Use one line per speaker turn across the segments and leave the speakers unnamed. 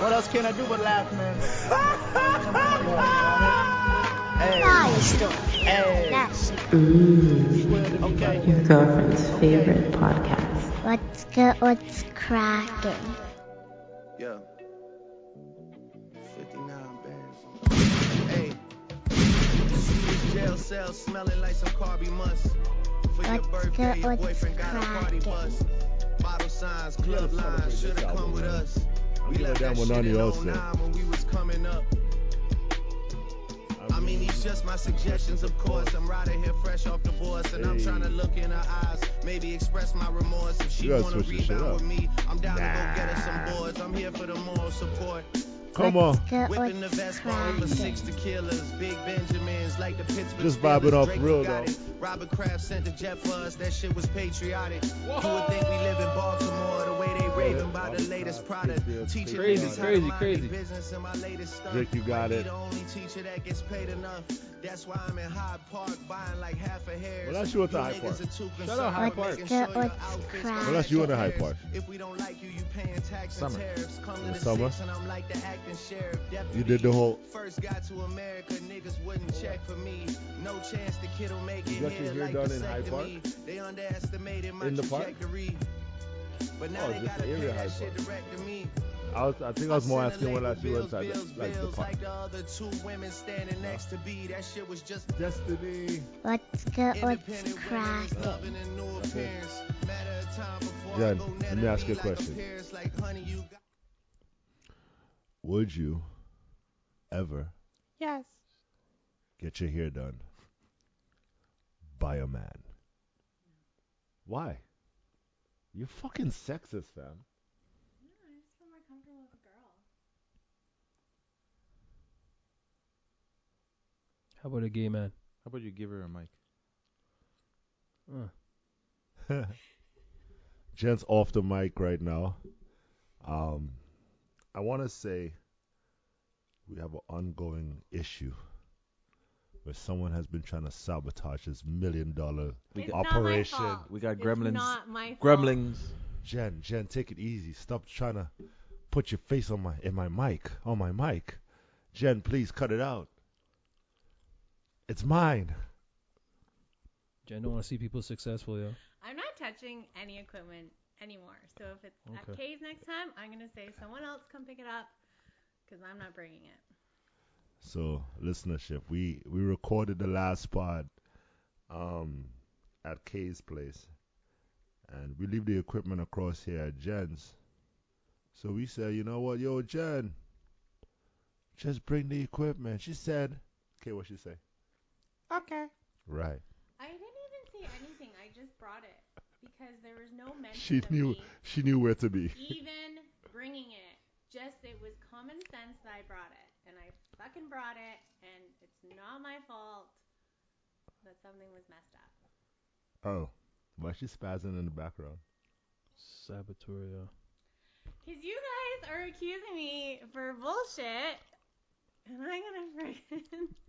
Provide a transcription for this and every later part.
What else can I do but laugh, man? Come on, boy, you know what I
Nice story.
mean? Hey, hey.
Nice.
Mmm.
Okay.
Your girlfriend's favorite podcast.
What's good? What's cracking?
Yeah. 59 bands. Hey. Jail cell smelling like some Carby must. For your
What's
birthday,
good?
your
What's
boyfriend got a party
cracking?
bus. Bottle signs, club
gotta celebrate
lines,
this
should've come
album,
with
man.
us. We
gonna
left
let
that
down
shit
Nani
in
also.
09 when we was coming up. I mean, these just my suggestions, of course. I'm right here fresh off divorce, and I'm
Hey.
trying to look in her eyes, maybe express my remorse. If she
You gotta
wanna
switch this shit
rebound
up.
with me, I'm down to go get her
Nah.
some boards. I'm here for the moral support.
Come
What's
on.
good?
Whipping the
What's
vest for over six
cracking?
to killers, big Benjamins like the Pittsburgh.
Just vibe
Steelers.
it off
Drake
real,
got
though.
it. Robert Kraft sent the jet for us. That shit was patriotic. You would think we live in Baltimore the way they raving by the latest product. Teaching
Crazy,
niggas how
crazy,
to mind
crazy.
their business and my latest stuff.
Drake, you
Might
got
be
it.
The only teacher that gets paid enough. That's why I'm in Hyde Park buying like half a hair.
Well, that's you at the Hyde Park.
Shout out Hyde Park.
What's good? What's
Well, that's you in the Hyde Park.
If we don't like you, you paying tax
Summer.
and tariffs. Come to
In
the
summer.
six and I'm like the acting sheriff. Deputy.
You did the whole.
First got to America, niggas wouldn't check for me. No chance the kid'll make it
You got your
here
hair
like
done in Hyde
vasectomy. They underestimated my
In the park?
trajectory. But now
Oh,
they
just
gotta
the
pay
area
that
Hyde
shit
Park.
direct to me.
I, was, I think I was more
sent a
asking what
label,
else you
bills,
inside
bills,
the, like the
bills,
park.
like the other two women standing next to B. That shit was just
Destiny.
What's good? What's
independent women is
cracking?
loving a new
That's it.
appearance. Matter of time before I
Jen,
go net
let me
and
ask
be
you a
like
question.
Paris, like, honey, you got-
Would you ever
Yes.
get your hair done by a man? Why? You're fucking sexist, fam.
I just feel more comfortable with a girl.
How about a gay man?
How about you give her a mic?
Jen's off the mic right now. Um, I want to say we have an ongoing issue where someone has been trying to sabotage this million dollar
It's not my
operation.
fault.
We got
It's
gremlins.
not my fault.
Gremlings.
Jen, Jen, take it easy. Stop trying to put your face on my in my mic, on my mic. Jen, please cut it out. It's mine.
Jen don't want to see people successful, yo.
I'm not touching any equipment anymore. So if it's at
Okay.
K's next time, I'm gonna say someone else come pick it up, because I'm not bringing it.
So listenership, we we recorded the last part um at Kay's place, and we leave the equipment across here at Jen's. So we said, you know what, yo Jen, just bring the equipment. She said, Kay, what she say?
Okay.
Right.
I didn't even say anything. I just brought it because there was no mention
She
of
knew
me
she knew where to be.
even bringing it. Just it was common sense that I brought it, and I fucking brought it, and it's not my fault that something was messed up.
Oh, why she spazzing in the background?
Saboteur, yo.
Because you guys are accusing me for bullshit, and I'm gonna freaking.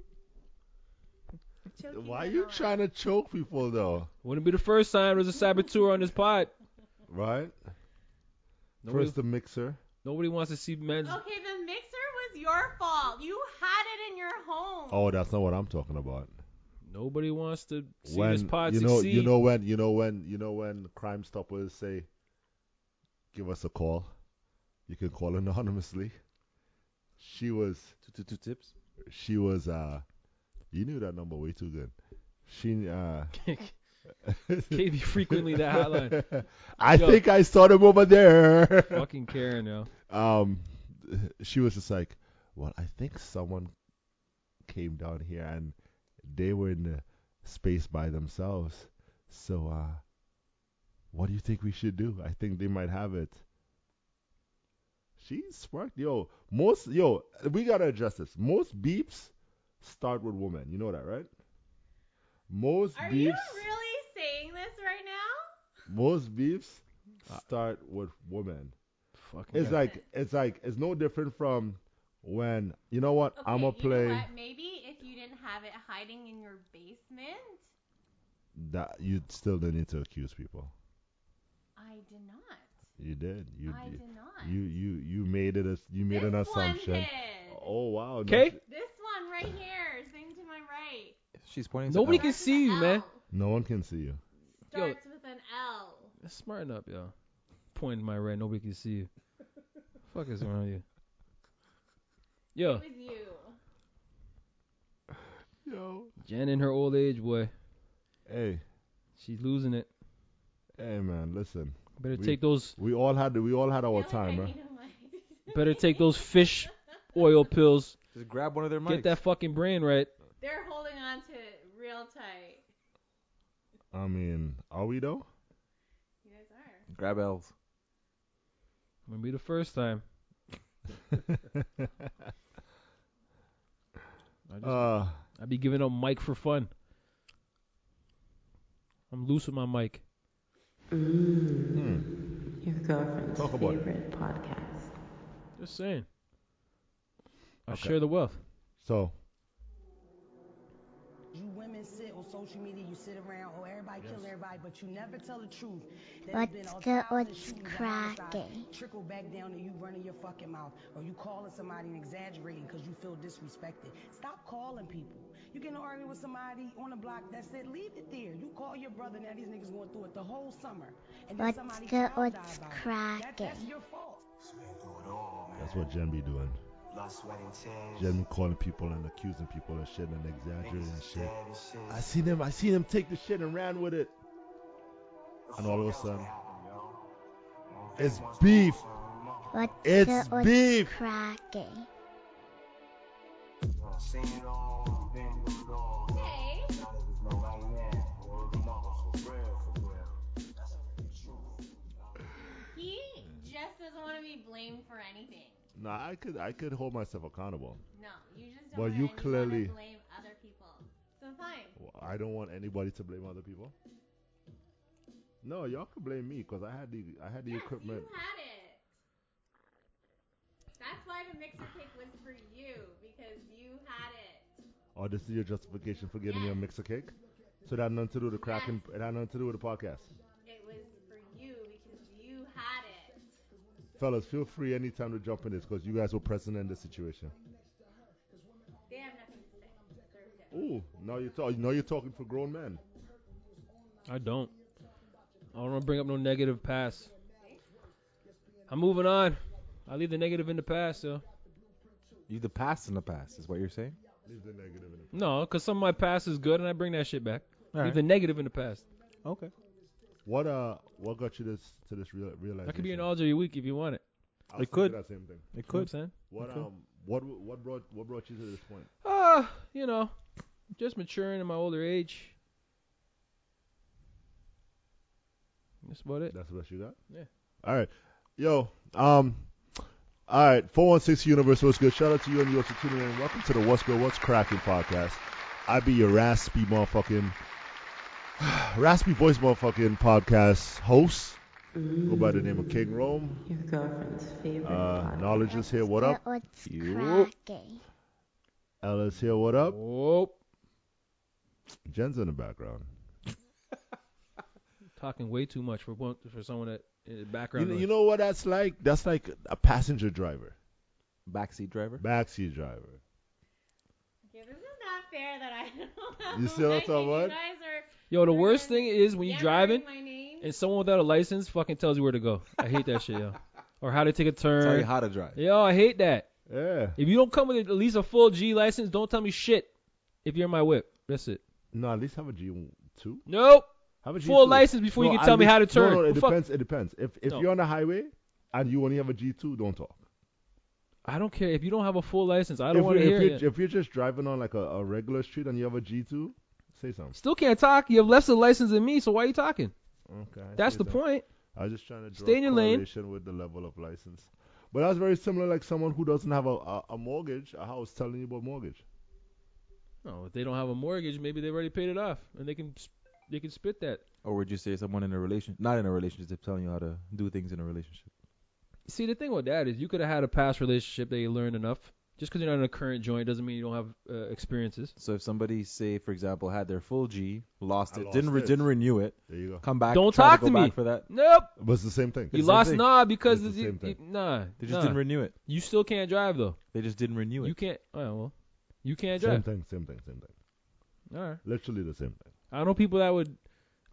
choke
Why
guys
you
all
trying to choke people though?
Wouldn't be the first time there's a saboteur on this pod.
Right?
Nobody,
First the mixer.
nobody wants to see men.
out. Okay, the mixer was your fault. You had it in your home.
Oh, that's not what I'm talking about.
Nobody wants to see this
when
pod
you know
succeed.
you know when you know when you know when Crime Stoppers say, give us a call. You can call anonymously. She was
Two, two, two tips.
she was uh, you knew that number way too good. She uh.
Can't be frequently that hotline.
I
Yo.
think I saw them over there.
Fucking Karen, yo.
um, she was just like, well, I think someone came down here and they were in the space by themselves. So, uh, what do you think we should do? I think they might have it. She's smart, yo. Most, yo, we gotta address this. Most beeps start with women. You know that, right? Most
Are you
beeps,
really saying this right now?
most beeps start with women.
Fucking
It's like it's like it's no different from when you know what
Okay,
I'm gonna
you know
play
what? Maybe if you didn't have it hiding in your basement.
that you still don't need to accuse people.
I did not.
You did. You
I
did.
did not.
You you you made it. A, you made
this
an assumption.
One did.
Oh wow. no
Okay?
sh-
This one right here, sitting to my right.
She's pointing.
Nobody
to
can
L.
Starts
see
with
you,
an
man.
L.
No one can see you.
Yo.
Starts with an L.
Smarten up, yo. Pointing my right, nobody can see you. Fuck is wrong with you?
It
Oh.
Yo,
was you.
Yo.
Jen in her old age, boy,
Hey
she's losing it.
hey man, listen.
Better
We-
take those.
We all had we all had our
I feel like
time,
I
right?
need a mic.
Better take those fish oil pills.
Just grab one of their mics.
Get that fucking brain right.
They're holding on to it real tight.
I mean, are we though?
You guys are.
grab L's.
Remember the first time. I just,
uh,
I be giving up mic for fun. I'm loose with my mic.
hmm.
Your girlfriend's
Talk about it.
favorite podcast.
Just saying. I
Okay.
share the wealth.
So
You women sit on social media, you sit around, oh, everybody kill everybody, but you never tell the truth.
What's good? What's cracking?
cracking? Trickle back down to you running your fucking mouth, or you calling somebody and exaggerating because you feel disrespected. Stop calling people. You get in an argument with somebody on the block, that's it, leave it there. You call your brother, now these niggas going through it the whole summer. And then
What's
somebody
good?
child
What's
die about it. That- that's
cracking?
your fault.
that's what Jen be doing.
Lost sweat and tears.
Jen be calling people and accusing people of shit and exaggerating shit. I seen him. I seen him take the shit and ran with it. And all of a sudden, it's beef.
What's
It's
good? What's
beef.
cracking?
Seen it all, been through it all.
Hey, he just doesn't want to be blamed for anything.
Nah, I could I could hold myself accountable.
No, you just
Well,
don't
you
want to
clearly-
blame other people. So fine.
I don't want anybody to blame other people. No, y'all could blame me because I had the I had the
yes,
equipment.
you had it. That's why the mixer pick was for you because you had it.
Oh, this is your justification for giving me a
Yes.
mixer cake. So that had nothing to do with the cracking. It had nothing to do with the podcast.
It was for you because you had it.
Fellas, feel free anytime to jump in this because you guys were present in this situation.
They have nothing to say. They're good.
Ooh, now you're talking. Now you're talking for grown men.
I don't. I don't want to bring up no negative past. I'm moving on. I leave the negative in the past, yo.
You the past in the past is what you're saying.
Leave the negative in it.
No, 'cause some of my past is good and I bring that shit back.
All
Leave
right.
the negative in the past.
Okay.
What uh, what got you this to this real, realization?
That could be an all your week if you want it.
I was
It could.
thinking That same thing.
It
You know what I'm
could.
saying?
What
Okay.
um, what what brought what brought you to this point?
Uh, you know, just maturing in my older age. That's about it.
That's what you got.
Yeah.
All right, yo. Um. All right, 416 Universe, what's good? Shout out to you and yours for tuning in. Welcome to the What's Good, What's Cracking podcast. I be your raspy motherfucking, raspy voice motherfucking podcast host. Go by the name of King Rome.
Your girlfriend's favorite
Uh,
podcast.
Knowledge is here, what up?
What's
You.
cracking?
Ella's here, what up?
Whoa.
Jen's in the background.
Talking way too much for one, for someone that in the
You,
background.
know-
noise.
you know what that's like? That's like a passenger driver,
Backseat driver.
backseat driver.
Okay, this is not fair that I don't have
You
a
see what I'm
mic
talking
and you
about?
guys are
Yo, the worst thing is when you're
yammering
driving
My name.
and someone without a license fucking tells you where to go. I hate that shit, yo. Or how to take a
Tell you
turn.
how to drive.
Yo, I hate that.
Yeah.
If you don't come with at least a full G license, don't tell me shit. If you're in my whip, that's it.
No, at least have a G2.
Nope.
Have a G2.
Full license before you
No,
can
at
tell me
least-
how to
no,
turn.
No, it
Who fuck-
depends. It depends. If if
No.
you're on the highway and you only have a G2, don't talk.
I don't care if you don't have a full license. I don't
if,
want to
you're,
hear
if,
it.
you're, if you're just driving on like a, a regular street and you have a G2, say something.
Still can't talk. You have less of the license than me, so why are you talking?
Okay. I
That's
see
the
that.
point.
I was just trying to draw
Stay in your lane.
correlation with the level of license. But that's very similar like someone who doesn't have a, a, a mortgage, a house telling you about mortgage.
No, if they don't have a mortgage, maybe they already paid it off, and they can sp- they can spit that.
Or would you say someone in a relation, not in a relationship, telling you how to do things in a relationship?
See, the thing with that is you could have had a past relationship that you learned enough Just because you're not in a current joint doesn't mean you don't have uh, experiences.
So if somebody, say for example, had their full G, lost
I
it,
lost
didn't re-
it.
didn't renew it,
There you go.
come back,
Don't
try
talk
to,
to
go
me.
back for that,
Nope.
But it's the same thing.
You
same
lost
thing.
nah because
It's the
you-
same
you-
thing.
nah.
they just
nah.
didn't renew it.
you still can't drive though.
They just didn't renew
You
it.
can't. Oh well, you can't
Same
drive.
thing, same thing, same thing.
All right.
Literally the same thing.
I know people that would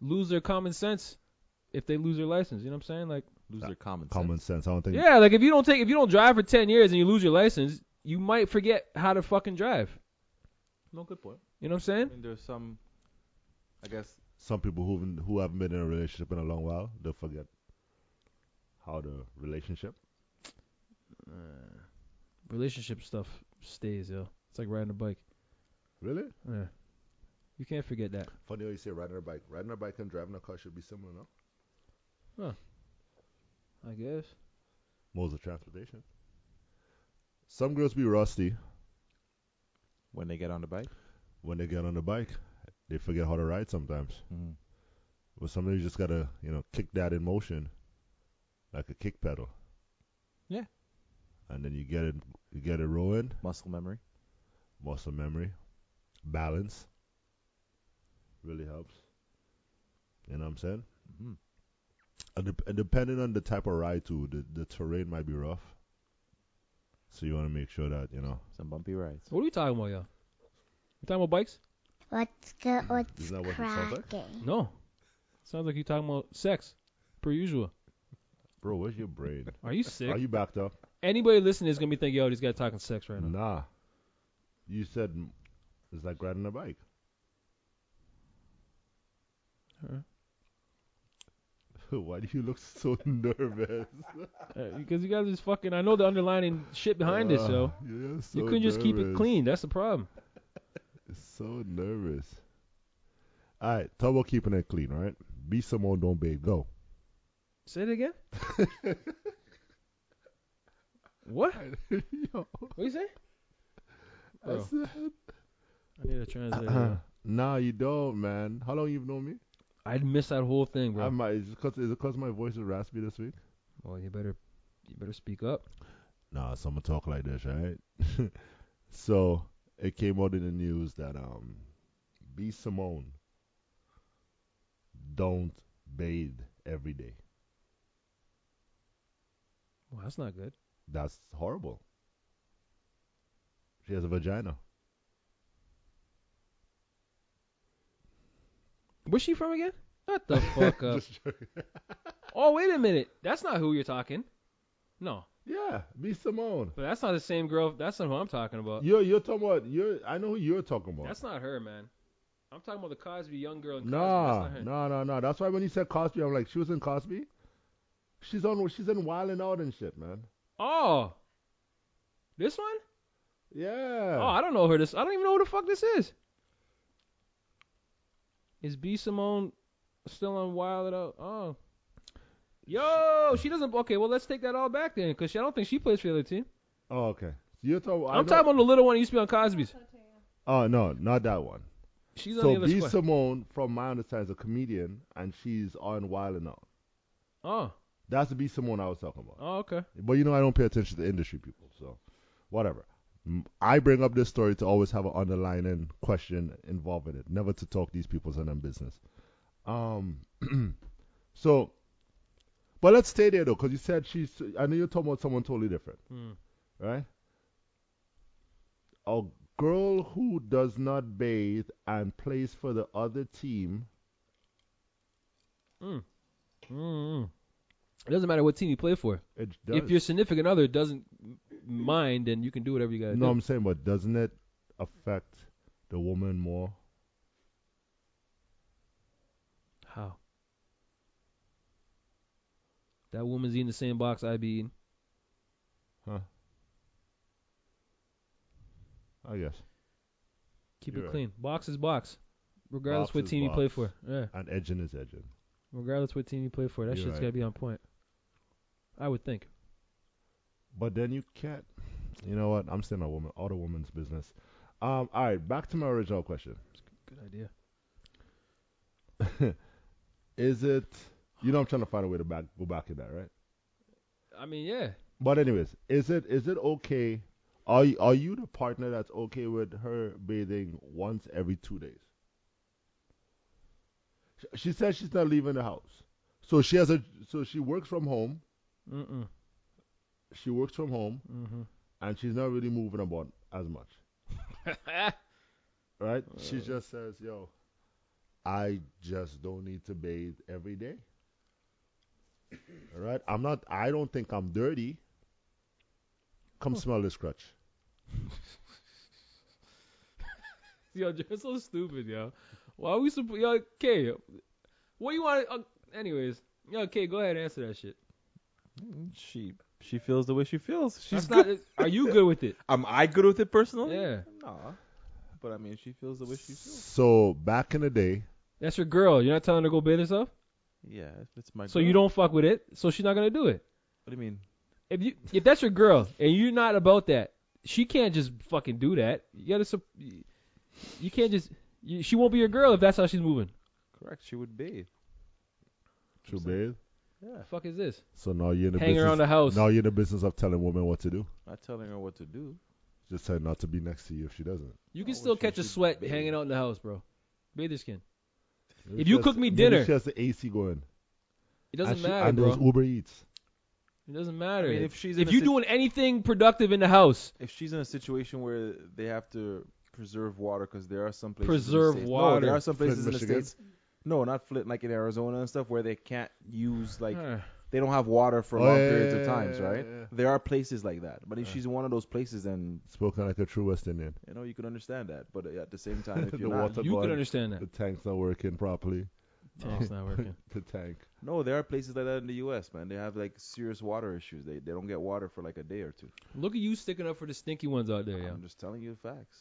lose their common sense if they lose their license. You know what I'm saying? Like,
Lose their common sense.
Common sense. I don't think.
yeah, like if you don't take, if you don't drive for 10 years and you lose your license, you might forget how to fucking drive.
No good point.
You know what I'm
I
saying?
mean, there's some, I guess,
Some people who haven't, who haven't been in a relationship in a long while, they'll forget how the relationship.
Relationship stuff stays, yo. It's like riding a bike.
Really?
Yeah. You can't forget that.
Funny how you say riding a bike. Riding a bike and driving a car should be similar, no?
I guess.
Modes of transportation. Some girls be rusty
when they get on the bike.
when they get on the bike. They forget how to ride sometimes.
Mm-hmm.
But sometimes you just gotta, you know, kick that in motion, like a kick pedal.
Yeah.
And then you get it, you get it rolling.
Muscle memory.
muscle memory, balance. Really helps. You know what I'm saying?
Mhm.
And, dep- and depending on the type of ride too, the, the terrain might be rough. So you want to make sure that you know
Some bumpy rides.
What are we talking about, yo? You talking about bikes?
What's good?
Is
What's
that what it sounds like?
cracking?
No. Sounds like you talking about sex, per usual.
Bro, where's your brain?
Are you sick?
Are you backed up?
Anybody listening is gonna be thinking, yo, this guy talking sex right now.
Nah. You said mm, it's like riding a bike.
Huh?
Why do you look so nervous?
Uh, because you guys is fucking. I know the underlining shit behind this, yo.
Ah, you're so
You couldn't just keep it
nervous.
clean. That's the problem.
So nervous. All right, talk about keeping it clean, all right? Be someone, don't beg. Go.
Say it again. what?
Yo,
What you say?
I
Bro.
said,
I need a translator. yo.
nah, you don't, man. How long you known me?
I'd miss that whole thing, bro.
I might. Is it, cause, is it cause my voice is raspy this week?
well, you better, you better speak up.
Nah, so I'm gonna talk like this, right? so it came out in the news that um, be Simone. Don't bathe every day.
Well, that's not good.
That's horrible. She has a vagina.
Where's she from again? Shut the fuck up.
Just joking.
Oh, wait a minute. That's not who you're talking. No,
Yeah, be Simone.
but that's not the same girl. That's not who I'm talking about.
You're you're talking about you're. I know who you're talking about.
That's not her, man. I'm talking about the Cosby young girl. In Cosby.
nah,
that's not her.
nah, nah, nah. That's why when you said Cosby, I'm like, she was in Cosby. She's on. She's in Wild 'N Out and shit, man.
Oh, this one?
Yeah.
Oh, I don't know her. This I don't even know who the fuck this is. Is B Simone still on Wild It Out? Oh, yo, she doesn't. Okay, well let's take that all back then, because I don't think she plays for the other team.
oh, okay. So you're talking. I
I'm
know-
talking about the little one who used to be on Cosby's.
Oh no, not that one.
She's on
So
the other
B
squad.
Simone, from my understanding, is a comedian, and she's on Wild 'N Out.
oh,
That's the B Simone I was talking about.
oh, okay.
But you know, I don't pay attention to industry people, so whatever. M- I bring up this story to always have an underlining question involved in it, never to talk these people's and them business. Um, so, but let's stay there though, because you said she's. I know you're talking about someone totally different,
Hmm.
right? A girl who does not bathe and plays for the other team.
mm It doesn't matter what team you play for.
It
If
does-
your significant other doesn't m- mind, then you can do whatever you gotta
No,
do.
I'm saying, but doesn't it affect the woman more?
How? That woman's eating the same box I be eating.
I guess.
Keep
You're
it
right.
clean. Box is box, regardless
Box
what
is
team you play
box.
for. Yeah,
And edging is edging.
regardless what team you play for, that
You're
shit's
right.
gotta be on point. I would think.
But then you can't. You know what? I'm still a woman. All the woman's business. Um. All right. Back to my original question.
Good idea.
Is it? You know, I'm trying to find a way to back go back in that, right?
I mean, yeah.
But anyways, is it is it okay Are you, are you the partner that's okay with her bathing once every two days? Sh- She says she's not leaving the house, so she has a so she works from home.
Mm-mm.
She works from home,
Mm-hmm.
and she's not really moving about as much, right? she just says, "Yo, I just don't need to bathe every day." All right, I'm not. I don't think I'm dirty. Come smell this crutch.
yo, you're so stupid, yo. Why are we supposed? Yo, K, what you want? Uh, anyways, yo, K, go ahead and answer that shit.
Mm, She she feels the way she feels. She's
That's
good.
not. Are you good with it?
Am I good with it personally?
Yeah.
Nah. But I mean, she feels the way she feels.
So back in the day,
That's your girl. You're not telling her to go bathe herself.
Yeah, it's my.
So
girl.
you don't fuck with it. So she's not gonna do it.
What do you mean?
If you if that's your girl and you're not about that, she can't just fucking do that. You gotta. sup- You can't just. You, she won't be your girl if that's how she's moving.
Correct. She would bathe.
to bathe.
Yeah.
The fuck is this?
So now you're in the
Hang
business.
around the house.
Now you're in the business of telling women what to do.
Not telling her what to do.
Just tell her not to be next to you if she doesn't.
You can
Oh,
still
she
catch a
should
sweat
bathe.
hanging out in the house, bro. Bathe your skin.
Maybe
If
she
you
has-
cook me
maybe
dinner-
she has the AC going.
It doesn't
and she-
matter,
And
bro.
those Uber Eats.
It doesn't matter.
I mean,
if
if she's in a
you
sit-
doing anything productive in the house,
If she's in a situation where they have to preserve water, because there are some places.
Preserve
in the States- No,
water.
there are some
Flint,
places in the
Michigan?
states. No, not Flint, like in Arizona and stuff, where they can't use like
Huh.
they don't have water for
Oh,
long
yeah,
periods of
yeah,
times,
yeah,
right?
yeah, yeah.
There are places like that. But if she's in one of those places, then
Spoken like a true West Indian.
you know you can understand that. But uh, at the same time, if
The
you're not,
water-
you
God.
can understand that.
The tank's not working properly.
Oh,
Tank's not working.
the tank.
no, there are places like that in the U.S. Man, they have like serious water issues. They they don't get water for like a day or two.
Look at you sticking up for the stinky ones out there, yeah.
I'm just telling you the facts.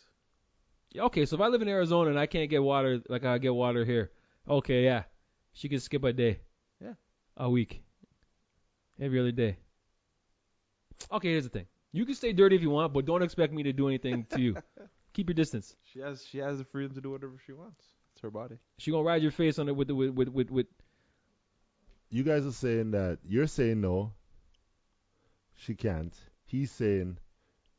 Yeah, Okay, so if I live in Arizona and I can't get water like I get water here, okay, yeah, she can skip a day,
Yeah.
a week, every other day. Okay, here's the thing: you can stay dirty if you want, but don't expect me to do anything to you. Keep your distance.
She has she has the freedom to do whatever she wants. It's her body.
She gonna ride your face on it with the with with with, with
You guys are saying that you're saying no. She can't. He's saying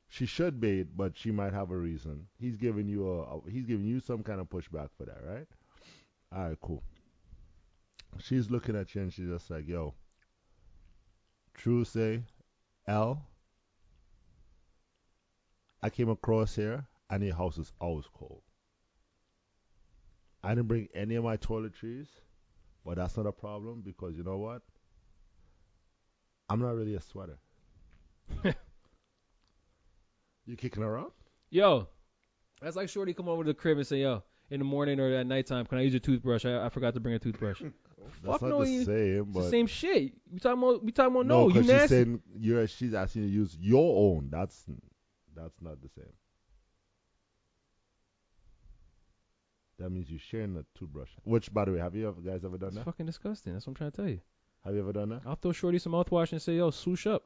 she should bathe, but she might have a reason. He's giving you a, a- he's giving you some kind of pushback for that, right? All right, cool. She's looking at you and she's just like, "Yo, true say, L. I came across here and your house is always cold. I didn't bring any of my toiletries, but that's not a problem because you know what? I'm not really a sweater. you kicking her out?
yo. That's like Shorty come over to the crib and say, yo, in the morning or at nighttime, can I use your toothbrush? I, I forgot to bring a toothbrush.
That's
Fuck
not
no,
the
you-
same,
It's
but
the same shit. We talking about we talking about no, you
'cause she's
nasty.
saying you're, she's asking you to use your own. That's that's not the same. That means you're sharing a toothbrush. Which, by the way, have you ever, guys ever done
It's
that?
fucking disgusting. That's what I'm trying to tell you.
Have you ever done that?
I'll throw Shorty some mouthwash and say, yo, swoosh up.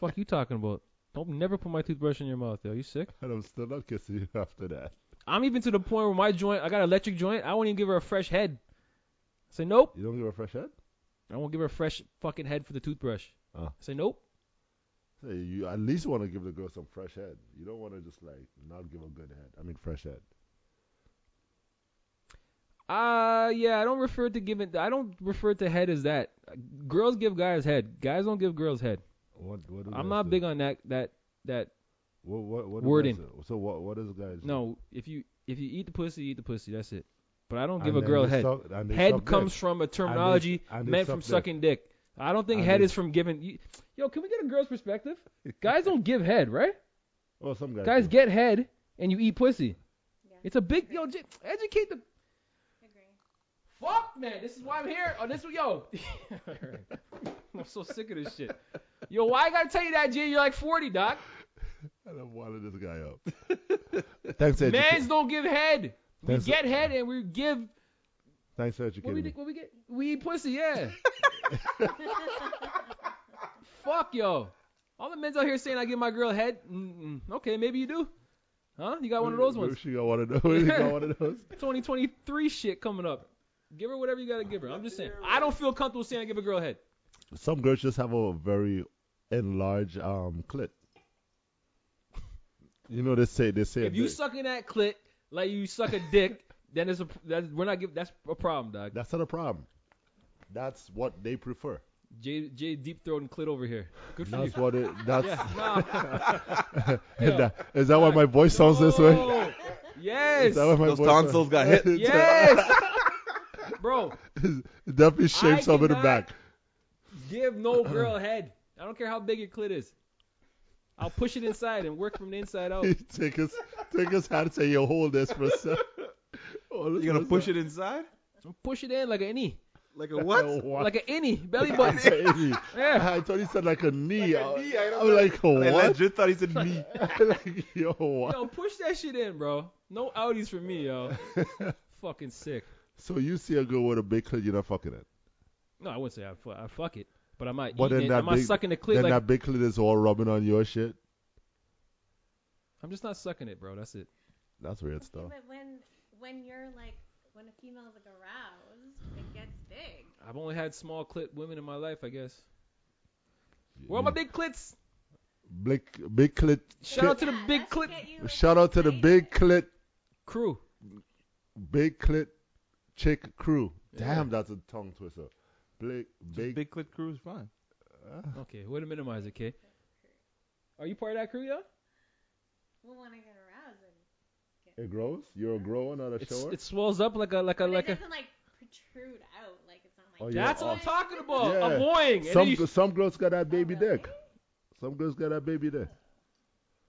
Fuck you talking about? Don't never put my toothbrush in your mouth, yo. You sick?
And I'm still not kissing you after that.
I'm even to the point where my joint, I got an electric joint. I won't even give her a fresh head. I say nope.
You don't give her a fresh head?
I won't give her a fresh fucking head for the toothbrush.
Oh.
I say nope.
So you at least want to give the girl some fresh head. You don't want to just like not give a good head. I mean, fresh head.
Uh yeah, I don't refer to giving. I don't refer to head as that. Girls give guys head. Guys don't give girls head.
What? What? do guys
I'm not
do?
big on that. That that.
What? What? what do
wording.
guys do? So what? What does guys? do?
No, if you if you eat the pussy, eat the pussy. That's it. But I don't give
And
a
then
girl
they
head.
suck- and they suck
head
dick.
comes from a terminology
and they
meant
suck
from
dick.
sucking dick. I don't think
And
head
they-
is from giving. You, yo, can we get a girl's perspective? Guys don't give head, right?
Well, some guys.
Guys
do.
get head and you eat pussy.
Yeah.
It's a big yo. j- Educate the
Agree.
fuck, man. This is why I'm here. Oh, this yo. I'm so sick of this shit. Yo, why I gotta tell you that, G? You're like 40, doc.
And I'm wilding this guy up. thanks, educa-
Mans don't give head. We
That's-
get head and we give
thanks for
What
educating
we,
me.
do- what we get? We eat pussy, yeah. Fuck, yo. All the men's out here saying I give my girl head. Mm-mm. Okay, maybe you do. Huh? You got one of those
Maybe
ones.
She got one of those. she got one of those.
2023 shit coming up. Give her whatever you gotta give her. I'm just saying. I don't feel comfortable saying I give a girl head.
Some girls just have a very enlarged um clit. You know they say they say
If you
that-
sucking that clit like you suck a dick, then it's a that's, we're not giving that's a problem, dog.
that's not a problem. That's what they prefer.
Jay Jay deep throating clit over here. Good for you.
That's what it. That's
Nah.
is that- is that why my voice sounds this way?
No. Oh. Yes.
Is that why my
Those
voice uh,
tonsils got hit.
Yes. Bro,
it definitely shapes up in the
cannot-
back.
give no girl head. I don't care how big your clit is. I'll push it inside and work from the inside out.
take his take his hand. Say you hold this for a sec.
You're gonna push it inside?
Push it in like an innie.
Like a what?
Like an innie. Belly button. Yeah.
I thought he said like a knee. uh, I-
knee, I don't
I'm
know.
like,
I
what?
legit thought he said knee.
like, yo, what?
Yo, push that shit in, bro. No outies for me, yo. Fucking sick.
So you see a girl with a big clit, you're not fucking it.
No, I wouldn't say I, fu- I fuck it, but I might.
But
eat
then
it.
that
I'm not
big-
sucking the clit.
Then
Like,
that big clit is all rubbing on your shit.
I'm just not sucking it, bro. That's it.
That's weird
Okay,
stuff.
but when when you're like when a female's like aroused, it gets big.
I've only had small clit women in my life, I guess. Where are
Mm.
my big clits?
Big big clit.
Shout out to the
Yeah,
big
that should
clit
get you,
chick-
like,
Shout out to the big
excited.
clit
crew.
big clit chick crew. Damn, that's a tongue twister. Big big.
Big, big clit crew is fine.
Okay, way to minimize it, okay? Are you part of that crew, yo?
Well, when I get aroused, and
It grows. You're a grower, not a
It's,
shower.
it swells up like a like a
but
like
it
a.
doesn't like protrude out like it's not like.
Oh, yeah.
That's what I'm talking about.
Yeah.
Annoying. And then
Some
you-
some girls got that baby
Oh, really?
dick. Some girls got that baby dick.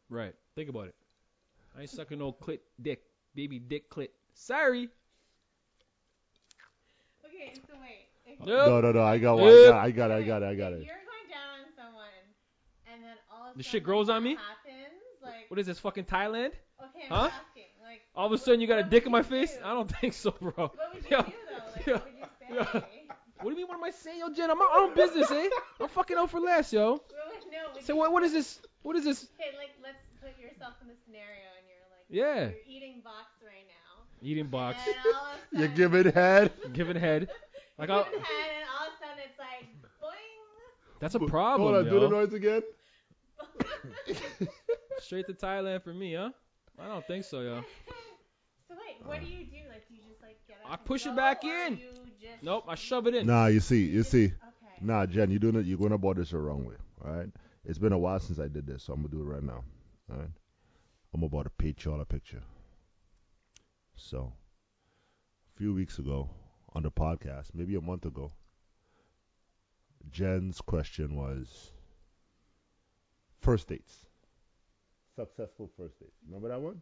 Right. Think about it. I ain't sucking no clit dick, baby dick clit. Sorry.
Okay, so wait. If,
No,
Nope.
no, no. I got one.
Yep.
I got it. I got it. I got
if
it.
you're going down on someone, and then all of
The
a
shit
sudden
grows on
that
me?
Happens like.
What is this fucking Thailand?
okay,
huh?
I'm asking. Like.
All of a sudden you got a
What
dick
would
in my
you
face?
do?
I don't think so, bro.
What would you
Yo,
do though? Like,
yo,
what would you say?
What do you mean? What am I saying, yo, Jen? I'm out on business, eh? I'm fucking out for less, yo.
Well, like, no, would
So
you-
what? What is this? What is this?
Okay, like let's put yourself in the scenario, and you're like,
Yeah.
you're eating box right now.
Eating box,
And all of a
You
sudden,
give it head.
giving head. Like,
you
I,
give it head, and all of a sudden it's like, boing.
that's a
Hold on.
problem,
Do the
yo.
noise again.
Straight to Thailand for me, huh? I don't think so, yo.
so wait, what do you do? Like, do you just like get up?
I
and
push it
go,
back
or
in.
You just
Nope, I shove it in.
Nah, you see, you see.
Okay.
Nah, Jen, you're doing it. You're going about this the wrong way. All right. It's been a while since I did this, so I'm gonna do it right now. All right. I'm about to paint y'all a picture. So, a few weeks ago on the podcast, maybe a month ago, Jen's question was first dates, successful first dates. Remember that one?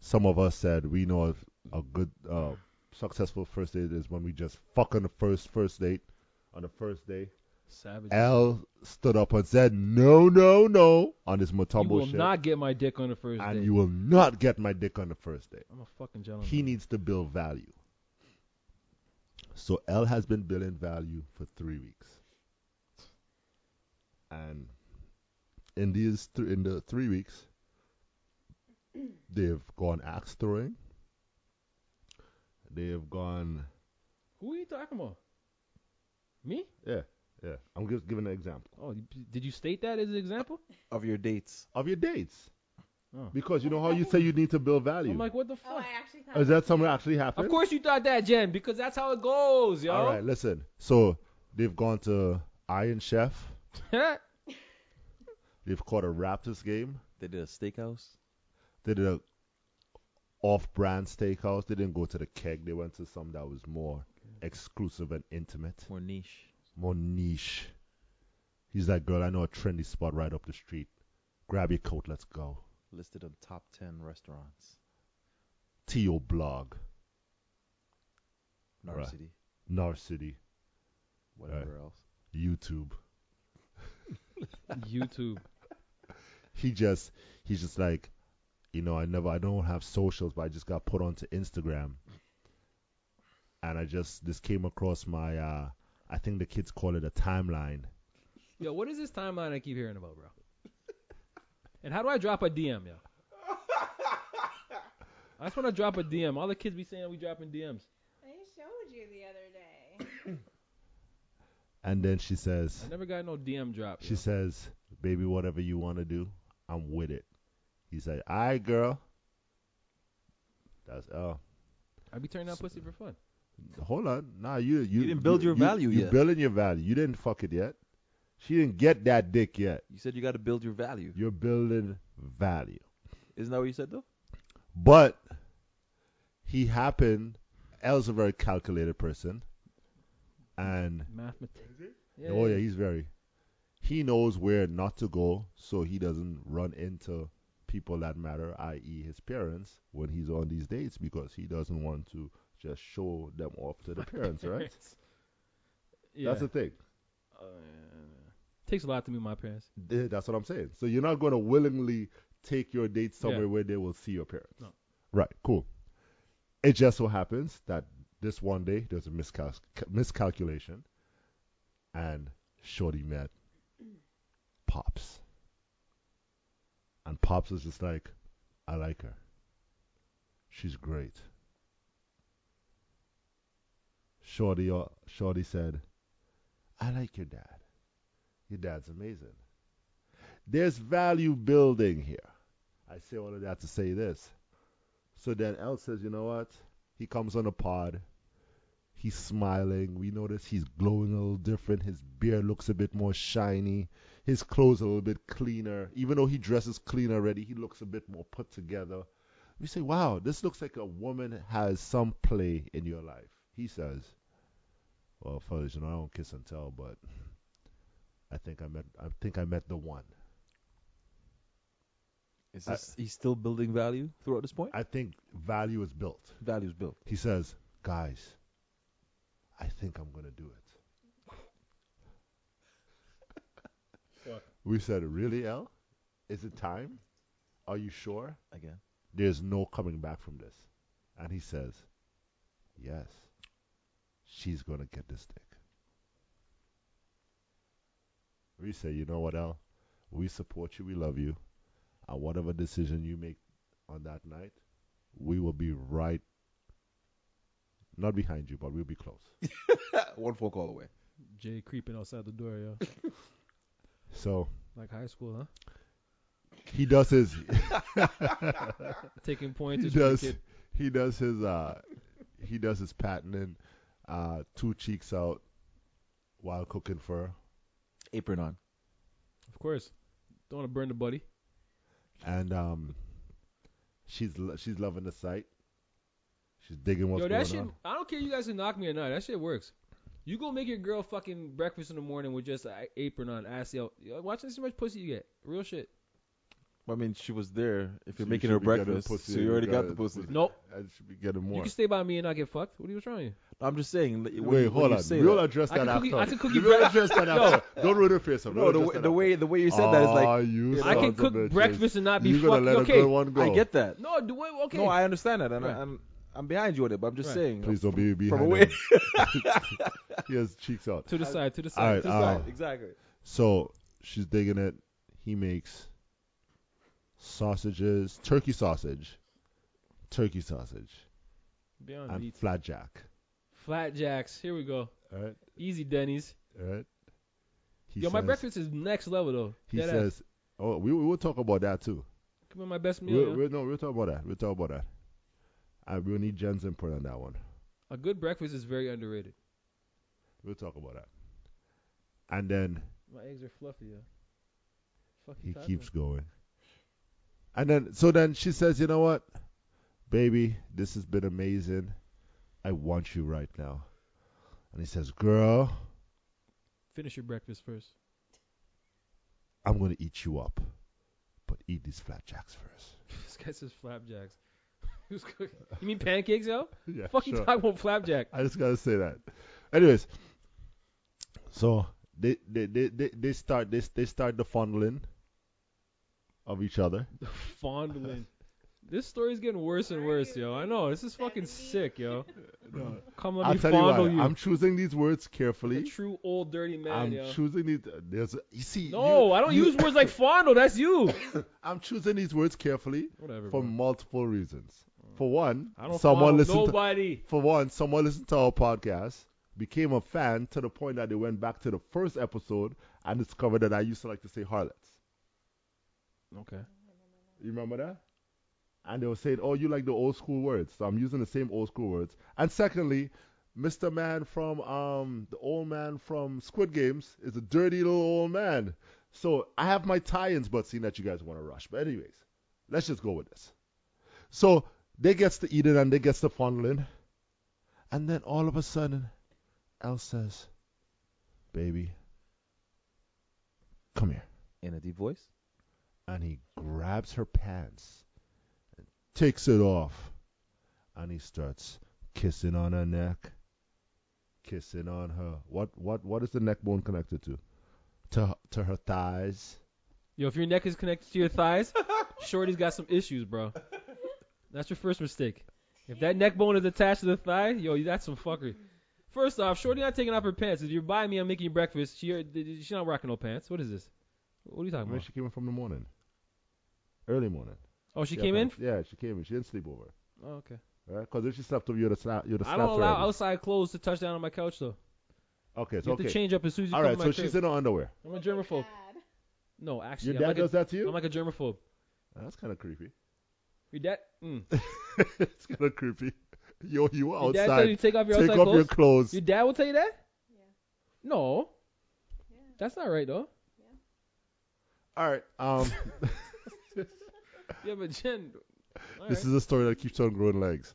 Some of us said we know of a good, uh, successful first date is when we just fuck on the first first date. On the first day,
Savage.
L stood up and said, "No, no, no!" on this
You
Matumbo
will
shit,
not get my dick on the first
and
date.
you will not get my dick on the first day.
I'm a fucking gentleman.
He needs to build value. So L has been building value for three weeks, and in these th- in the three weeks, they've gone axe throwing. They've gone.
Who are you talking about? Me?
Yeah, yeah. I'm just giving an example
Oh, you- did you state that as an example?
Of your dates.
of your dates.
Oh.
Because you know how you say you need to build value.
I'm like, what the
Oh,
fuck?
I actually thought.
Is that something that actually happened?
Of course you thought that, Jen, because that's how it goes, yo.
All right, listen. So they've gone to Iron Chef. They've caught a Raptors game.
They did a steakhouse.
They did a off-brand steakhouse. They didn't go to the keg. They went to some that was more exclusive and intimate,
More niche.
more niche. He's like, girl, I know a trendy spot right up the street. Grab your coat, let's go.
Listed on top 10 restaurants.
T.O. Blog,
North
Right.
City.
Nar City,
Whatever else.
YouTube.
YouTube.
he just he's just like you know i never i don't have socials but i just got put onto instagram and i just this came across my uh i think the kids call it a timeline
Yo, what is this timeline I keep hearing about, bro? And how do I drop a DM, yo? I just want to drop a DM. All the kids be saying we dropping DMs.
I showed you the other day.
and then she says
I never got no DM drop.
she
yo.
says baby whatever you want to do i'm with it He said, "All right, girl." That's L.
I be turning out pussy for fun.
Hold on. Nah, you you,
didn't build your value
you
yet.
building your value. You didn't fuck it yet. She didn't get that dick yet.
You said you got to build your value.
You're building value.
Isn't that what you said though?
But he happened. L's a very calculated person, and
Mathematics.
oh yeah, he's very. He knows where not to go, so he doesn't run into people that matter, i.e., his parents, when he's on these dates, because he doesn't want to just show them off to the parents, right?
yeah.
That's the thing.
Takes a lot to meet my parents.
Th- That's what I'm saying. So you're not going to willingly take your date somewhere
Yeah.
where they will see your parents.
No.
Right, cool. It just so happens that this one day there's a miscal- miscalculation and Shorty met Pops. And Pops was just like, I like her. She's great. Shorty, uh, Shorty said, I like your dad. Your dad's amazing. There's value building here. I say all of that to say this. So then El says, you know what? He comes on the pod. He's smiling. We notice he's glowing a little different. His beard looks a bit more shiny. His clothes a little bit cleaner. Even though he dresses clean already, he looks a bit more put together. We say, wow, this looks like a woman has some play in your life. He says, well, fellas, you know, I don't kiss and tell, but I think I met I think I met the one.
Is
I-
this, he's still building value throughout this point?
I think value is built.
Value's built.
He says, "Guys, I think I'm gonna do it." We said, "Really, L? Is it time? Are you sure?
Again.
There's no coming back from this." And he says, "Yes, she's gonna get this dick." We say, "You know what, L? We support you. We love you, and whatever decision you make on that night, we will be right." Not behind you, but we'll be close.
Uh, One phone call away.
Jay creeping outside the door, yo.
So
Like high school, huh?
he does his
Taking
he
pointers from the
does
kid.
he does his uh he does his patenting uh two cheeks out while cooking fur
Apron on.
Of course. Don't want to burn the buddy.
and um she's lo- she's loving the sight she's digging what's
Yo,
going
that shit.
on
I don't care. You guys can knock me or not. That shit works. You go make your girl fucking breakfast in the morning with just an apron on, ass out. Yo, Watch this how much pussy you get. Real shit.
I mean, she was there. If
So
you're
you
making
should
her
be getting
breakfast,
pussy
so you already got the
regardless.
pussy.
Nope.
and she be getting
You
more
can stay by me and not get fucked. What are you trying?
I'm just saying. like, when
wait
you- when
hold
you
on
say
we'll
that-
address
I can
that
cook you-
after
I can cook you
we'll
bre-
address that after don't ruin it for yourself
No,
We'll
the
address
way,
that
the
after.
way the way you said that is
Ah,
like
you
I Sons
I can
sons of
cook
bitches.
breakfast and not be
You're
fucked.
gonna let a
okay.
good one go
I get that.
No, do it. Okay.
No, I understand that, and
Right.
I, I'm I'm behind you on it. But I'm just
Right.
saying.
please don't be
from
behind
away.
him. he has cheeks out
to the side. To the
All
side.
right,
to the
uh,
side.
Oh.
exactly.
So she's digging it. He makes sausages, turkey sausage, turkey sausage,
Beyond
and
beats.
flatjack.
Flatjacks. Here we go.
All right,
Easy Denny's.
all right. He
Yo, my
says-
breakfast is next level though.
He
Dead ass.
says, "Oh, we we will talk about that too.
"Come on, my best meal.
We'll,
yo.
we'll no, we'll talk about that. We'll talk about that. I we'll need Jen's input on that one.
A good breakfast is very underrated.
We'll talk about that. And then
My eggs are fluffy. Yeah. Fuck you
He
talking
keeps going. And then so then she says, "You know what? Baby, this has been amazing. I want you right now." And he says, "Girl,
about? Finish your breakfast first.
I'm going to eat you up. But eat these flapjacks first.
this guy says flapjacks. Who's cooking? You mean pancakes, yo?
Yeah.
Fuck you talking about flapjack.
I just got to say that. Anyways, so they they, they, they, they start this they start the fondling of each other.
Fondling. This story's getting worse and worse, yo. I know. This is fucking sick, yo. Come let
I'll
me
tell you
fondle
why.
you.
I'm choosing these words
Like
carefully.
a true old dirty man,
I'm
yo.
choosing these. There's a, you see.
no,
you-
I don't
you-
use words like fondle. That's you.
I'm choosing these words carefully
Whatever.
for
bro. Mm.
multiple reasons. For one,
I don't
someone
fondle
listened. To,
nobody.
for one, someone listened to our podcast, became a fan to the point that they went back to the first episode and discovered that I used to like to say harlots.
Okay.
You remember that? And they were saying, "Oh, you like the old school words." So I'm using the same old school words. And secondly, Mr. Man from um the old man from Squid Games is a dirty little old man. So I have my tie-ins, but seeing that you guys want to rush, but anyways, let's just go with this. So they gets to eating and they gets to fondling, and then all of a sudden, Elle says, "Baby, come here."
In a deep voice?
and he grabs her pants and takes it off and he starts kissing on her neck kissing on her what what what is the neck bone connected to to her- to her thighs
Yo, if your neck is connected to your thighs, Shorty's got some issues, bro. That's your first mistake. If that neck bone is attached to the thigh, yo, that's some fuckery. First off, Shorty not taking off her pants. If you're buying me, I'm making you breakfast. She she's not rocking no pants. What is this? What are you talking
when
about?
she came in from the morning early morning
Oh, she came in.
yeah she came in she didn't sleep over
Oh, okay.
right because if she slept over you'd have slapped you'd have
I
slapped
don't
her
allow
already.
outside clothes to touch down on my couch though.
okay it's
You have to
okay
change up as soon as you
all
come
right
to my
so
crib.
she's in her underwear
I'm a germaphobe.
Dad.
No,
your
actually,
dad
I'm like,
does
a,
that to you
I'm like a germaphobe.
that's kind of creepy
Your dad, mm.
it's kind of creepy yo you were
your dad tell you
outside
to take off your
take
outside
off
clothes.
your clothes
Your dad will tell you that?
Yeah.
No,
Yeah.
that's not right though.
all right um
Yeah, but Jen.
This is a story that keeps on growing legs.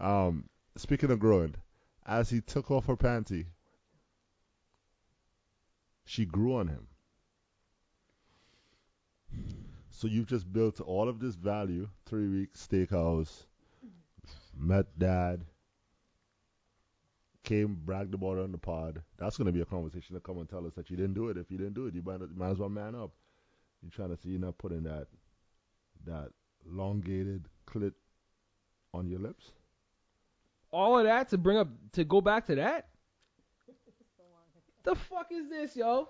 Um, speaking of growing, as he took off her panty, she grew on him. So you've just built all of this value. Three weeks steakhouse, met dad, came bragged about it on the pod. That's gonna be a conversation to come and tell us that you didn't do it. If you didn't do it, you might, you might as well man up. You're trying to see you're not putting that that elongated clit on your lips?
all of that to bring up to go back to that. the fuck is this, yo?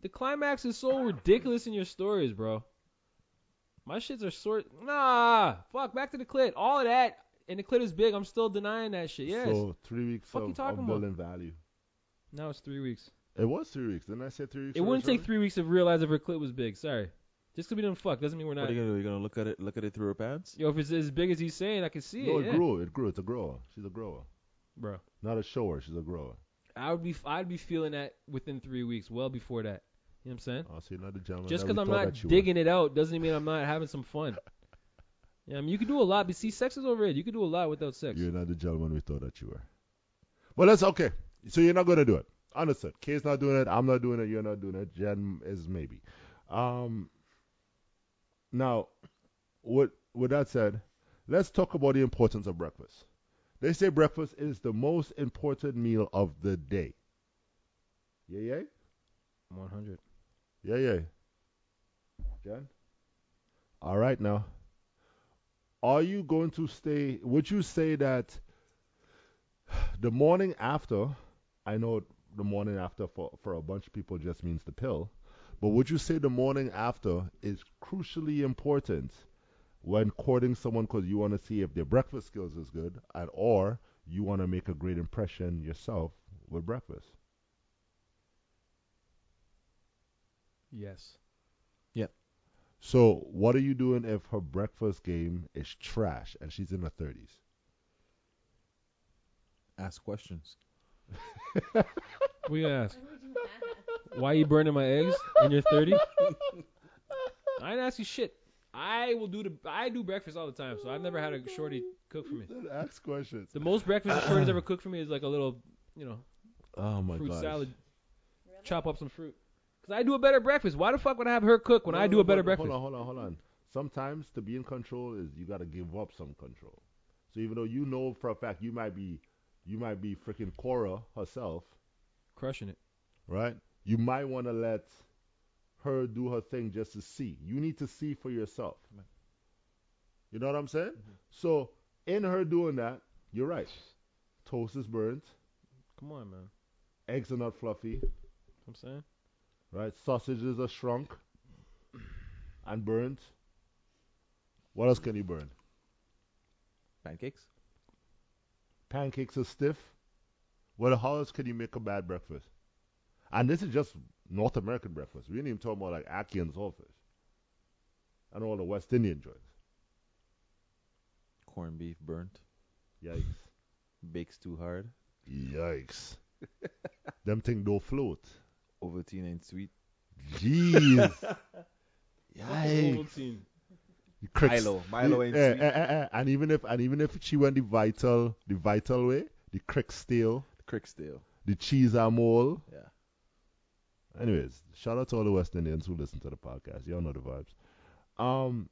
The climax is so ridiculous in your stories, bro. My shits are sort. Nah, fuck. Back to the clit. All of that, and the clit is big. I'm still denying that shit. Yes.
So three weeks
Fuck
of,
you
of
talking about?
building value.
now it's three weeks.
It was three weeks. Didn't I say three weeks?
It wouldn't take three weeks to realize if her clit was big. Sorry. Just 'cause we didn't fuck doesn't mean we're
What
not.
are you gonna do? You're gonna look at it, look at it through her pants?
Yo, if it's as big as he's saying, I can see
No,
it.
it
yeah.
grew. It grew. It's a grower. She's a grower.
bro.
Not a shower. She's a grower.
I would be I'd be feeling that within three weeks, well before that. You know what I'm saying?
I'll Oh, see another gentleman.
Just
that we
because I'm
thought
not
that you were.
digging it out doesn't mean I'm not having some fun. Yeah, I mean you can do a lot, but see, sex is overrated. You can do a lot without sex.
You're not the gentleman we thought that you were. But that's okay. So you're not gonna do it. Understood. Kay's not doing it. I'm not doing it. You're not doing it. Jen is maybe. Um. Now, with with that said, let's talk about the importance of breakfast. They say breakfast is the most important meal of the day. Yeah, yeah,
100.
yeah, yeah. Jen. All right now. Are you going to stay? Would you say that the morning after, I know the morning after for, for a bunch of people just means the pill, but would you say the morning after is crucially important when courting someone because you want to see if their breakfast skills is good and or you want to make a great impression yourself with breakfast?
Yes.
So what are you doing if her breakfast game is trash and she's in her 30s?
Ask questions.
We ask,
What would you ask?
why you burning my eggs and you're 30? I didn't ask you shit. I will do the I do breakfast all the time, so I've never had a shorty cook for me.
Ask questions.
The most breakfast a shorty's ever cooked for me is like a little, you know,
Oh my
fruit
god.
salad.
Really?
Chop up some fruit. Cause I do a better breakfast. Why the fuck would I have her cook when
No,
I
no,
do
no,
a better
but
breakfast?
Hold on, hold on, hold on. Sometimes to be in control is you gotta give up some control. So even though you know for a fact you might be, you might be freaking Cora herself,
Crushing it.
right? You might want to let her do her thing just to see. You need to see for yourself. You know what I'm saying?
Mm-hmm.
So in her doing that, you're right. Toast is burnt,
Come on, man.
eggs are not fluffy,
I'm saying.
right? Sausages are shrunk and burnt. What else can you burn?
Pancakes?
pancakes are stiff. Well, how else can you make a bad breakfast? And this is just North American breakfast. We ain't even talking about like ackee and saltfish. and all the West Indian joints.
Corned beef burnt,
Yikes.
bakes too hard.
Yikes. Them thing don't float.
Ovaltine ain't sweet.
Jeez.
Fucking
Yikes.
Ovaltine.
You cricks.
Milo. Milo
You-
ain't
eh,
sweet.
eh, eh, eh. And even if and even if she went the vital the vital way, the crick steel,
Crickstale.
the cheese amol.
Yeah.
Anyways, shout out to all the West Indians who listen to the podcast. Y'all know the vibes. Um,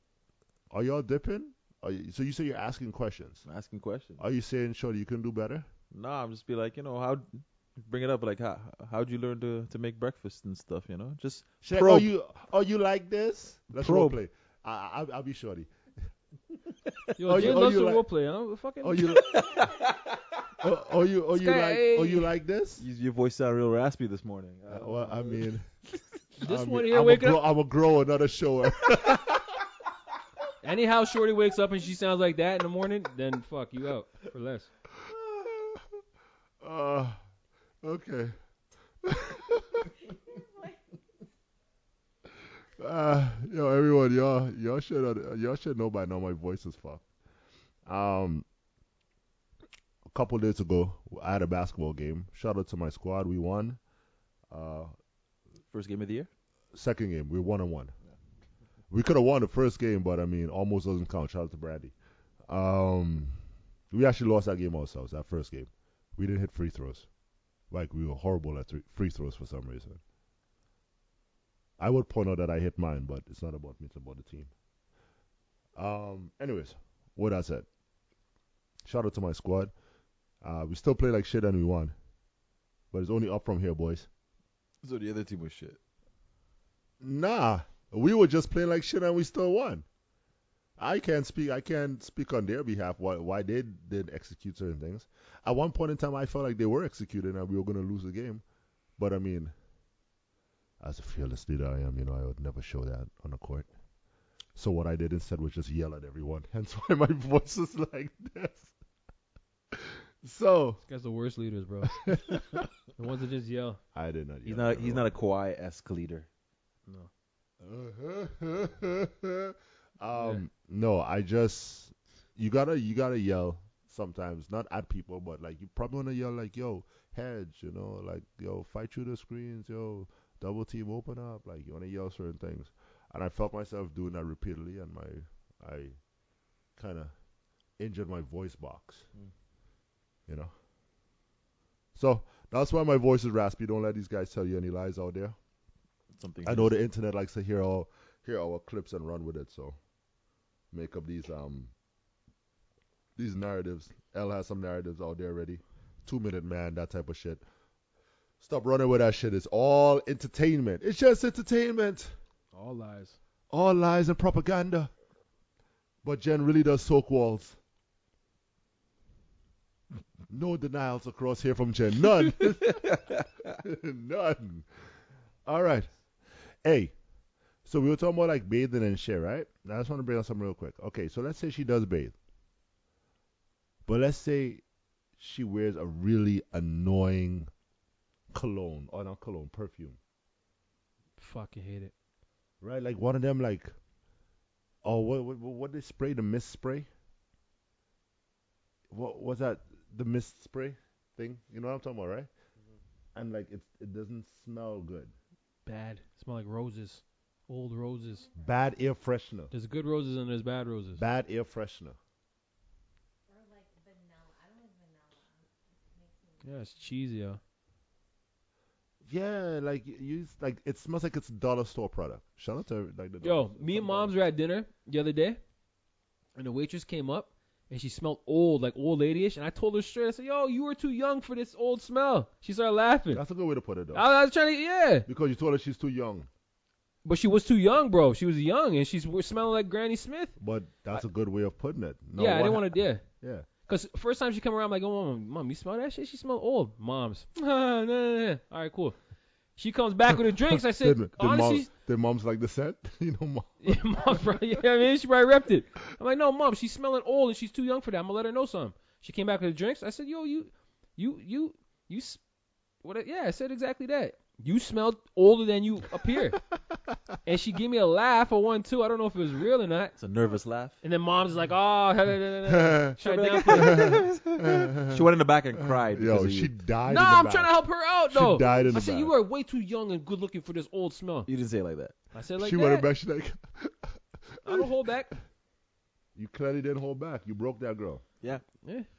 are y'all dipping? Are you, so you say you're asking questions.
I'm asking questions.
Are you saying sure you can do better?
No, I'm just be like, you know, how bring it up like how how'd you learn to to make breakfast and stuff, you know? Just
She's like, oh
Probe.
you oh you like this? Let's
Probe.
roleplay. I, I I'll- I'll be shorty.
Yo,
Oh, you-
Jay
oh,
loves
you
to
like-
roleplay, huh? Fucking.
Oh you. oh, oh you oh you like oh you like this?
you, your voice sound real raspy this morning.
Uh, well, I mean,
This
I mean,
one here
I'm a
waking
grow,
up.
I'm a grower, not a shower.
Anyhow, Shorty wakes up and she sounds like that in the morning, then fuck you out for less.
uh, okay. Uh, yo, everyone, y'all, y'all should, uh, y'all should know by now my voice is fucked. Um, a couple days ago, I had a basketball game. Shout out to my squad, we won. Uh,
First game of the year?
second game, we one on one. We could have won the first game, but I mean, almost doesn't count. Shout out to Bradley. Um, we actually lost that game ourselves. That first game, we didn't hit free throws. Like we were horrible at three, free throws for some reason. I would point out that I hit mine, but it's not about me; it's about the team. Um, anyways, what I said. Shout out to my squad. Uh, we still play like shit and we won, but it's only up from here, boys.
So the other team was shit.
Nah, we were just playing like shit and we still won. I can't speak. I can't speak on their behalf why why they did execute certain things. At one point in time, I felt like they were executing and we were gonna lose the game. But I mean, as a fearless leader I am, you know, I would never show that on the court. So what I did instead was just yell at everyone. Hence why my voice is like this. So
This guy's the worst leaders, bro. the ones that just yell.
I did not.
He's
yell
not
at
he's
everyone.
not a Kawhi esque leader.
um, no, I just you gotta you gotta yell sometimes, not at people, but like you probably wanna yell like yo hedge, you know, like yo fight through the screens, yo double team open up, like you wanna yell certain things, and I felt myself doing that repeatedly, and my I kind of injured my voice box,
Mm.
you know. So that's why my voice is raspy. Don't let these guys tell you any lies out there.
Something
I know the internet likes to hear all hear our clips and run with it, so make up these um these narratives. L has some narratives out there already. Two minute man, that type of shit. Stop running with that shit. It's all entertainment. It's just entertainment.
All lies.
All lies and propaganda. But Jen really does soak walls. No denials across here from Jen. None. None. All right. Hey, so we were talking about like bathing and shit, right? Now I just want to bring up something real quick. Okay, so let's say she does bathe. But let's say she wears a really annoying cologne, or not cologne, perfume
Fucking hate it.
right? Like one of them, like, oh, what what what they spray the mist spray? What was that? The mist spray thing? You know what I'm talking about, right? And like it it doesn't smell good.
Bad. Smell like roses. Old roses.
Bad air freshener.
There's good roses and there's bad roses.
Bad air freshener.
Yeah, it's cheesy, yo.
Yeah, like y- you s- like it smells like it's a dollar store product. Shout out to like the dollar
Yo,
store-
me and
some
mom's
dollar-
were at dinner the other day, and the waitress came up and she smelled old, like old ladyish. And I told her straight, I said, "Yo, you were too young for this old smell." She started laughing.
That's a good way to put it though.
I, I was trying to, yeah,
because you told her she's too young,
but she was too young, bro. She was young and she's w- smelling like Granny Smith.
but that's a good way of putting it. No,
yeah, I
what
didn't
hap-
want to. Yeah.
Yeah.
Cause first time she come around, I'm like, oh mom, mom, you smell that shit? She smell old. Mom's, no, no, no, no. All right, cool. She comes back with her drinks. I said,
did, did,
honestly,
mom, did mom's like the scent? you know, mom.
yeah, mom, bro, you know what I mean? She probably repped it. I'm like, no, mom, she's smelling old and she's too young for that. I'm gonna let her know something. She came back with the drinks. I said, yo, you, you, you, you, s- what? I- Yeah, I said exactly that. You smelled older than you appear. And she gave me a laugh or one too. I don't know if it was real or not.
It's a nervous laugh.
And then mom's like, oh,
she
try downplay.
She went in the back and cried. because
Uh-huh. Yo,
of
she
you.
died.
No,
in the
I'm
back.
trying to help her out
She
though.
died in
I
the
said
back.
you are way too young and good looking for this old smell.
You didn't say it like that.
I said like
she went
that.
back. She like,
I don't hold back.
you clearly didn't hold back. You broke that girl.
Yeah.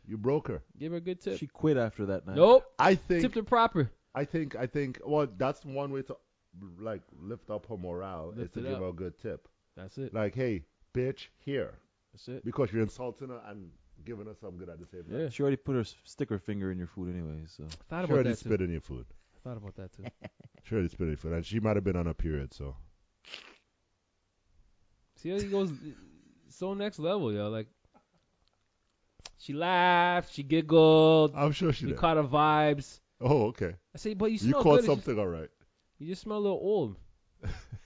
You broke her.
Give her a good tip.
She quit after that night.
nope.
I
Tipped
think.
her proper.
I think. I think. Well, that's one way to like lift up her morale
Lift
is
it
to give
up.
her a good tip.
That's it.
Like, hey, bitch, here,
That's it.
because you're insulting her and giving her something good at the same time.
Yeah.
She already put her s- sticker finger in your food anyway, so
Thought
She
about
already
that too.
spit in your food.
Thought about that too.
She already spit in your food, and she might have been on a period, so.
See how he goes so next level, yo. Like she laughed, she giggled,
I'm sure she
we
did.
caught her vibes.
Oh, okay.
I say, but you
You caught
smell good. it's
something all right.
Just, you just smell a little old.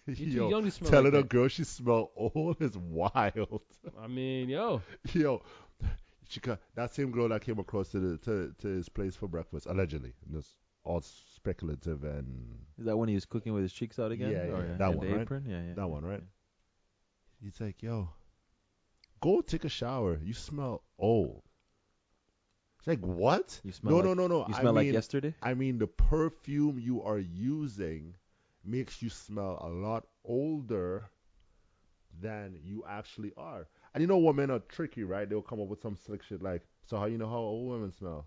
You're too
Yo,
young to smell
telling
like
a
that.
girl she smell old is wild.
I mean, yo,
Yo, she ca that same girl that came across to the to, to his place for breakfast allegedly. And It's all speculative and
is that when he was cooking with his cheeks out again?
Yeah,
Or
yeah,
had
that
the
one, right?
apron? Yeah, yeah.
that one, right? He's like, yo, go take a shower. You smell old. It's like what?
You smell
no,
like-
no, no, no.
You
I
smell like
mean-
yesterday.
I mean, the perfume you are using makes you smell a lot older than you actually are. And you know, women are tricky, right? They'll come up with some slick shit like, "So how you know how old women smell?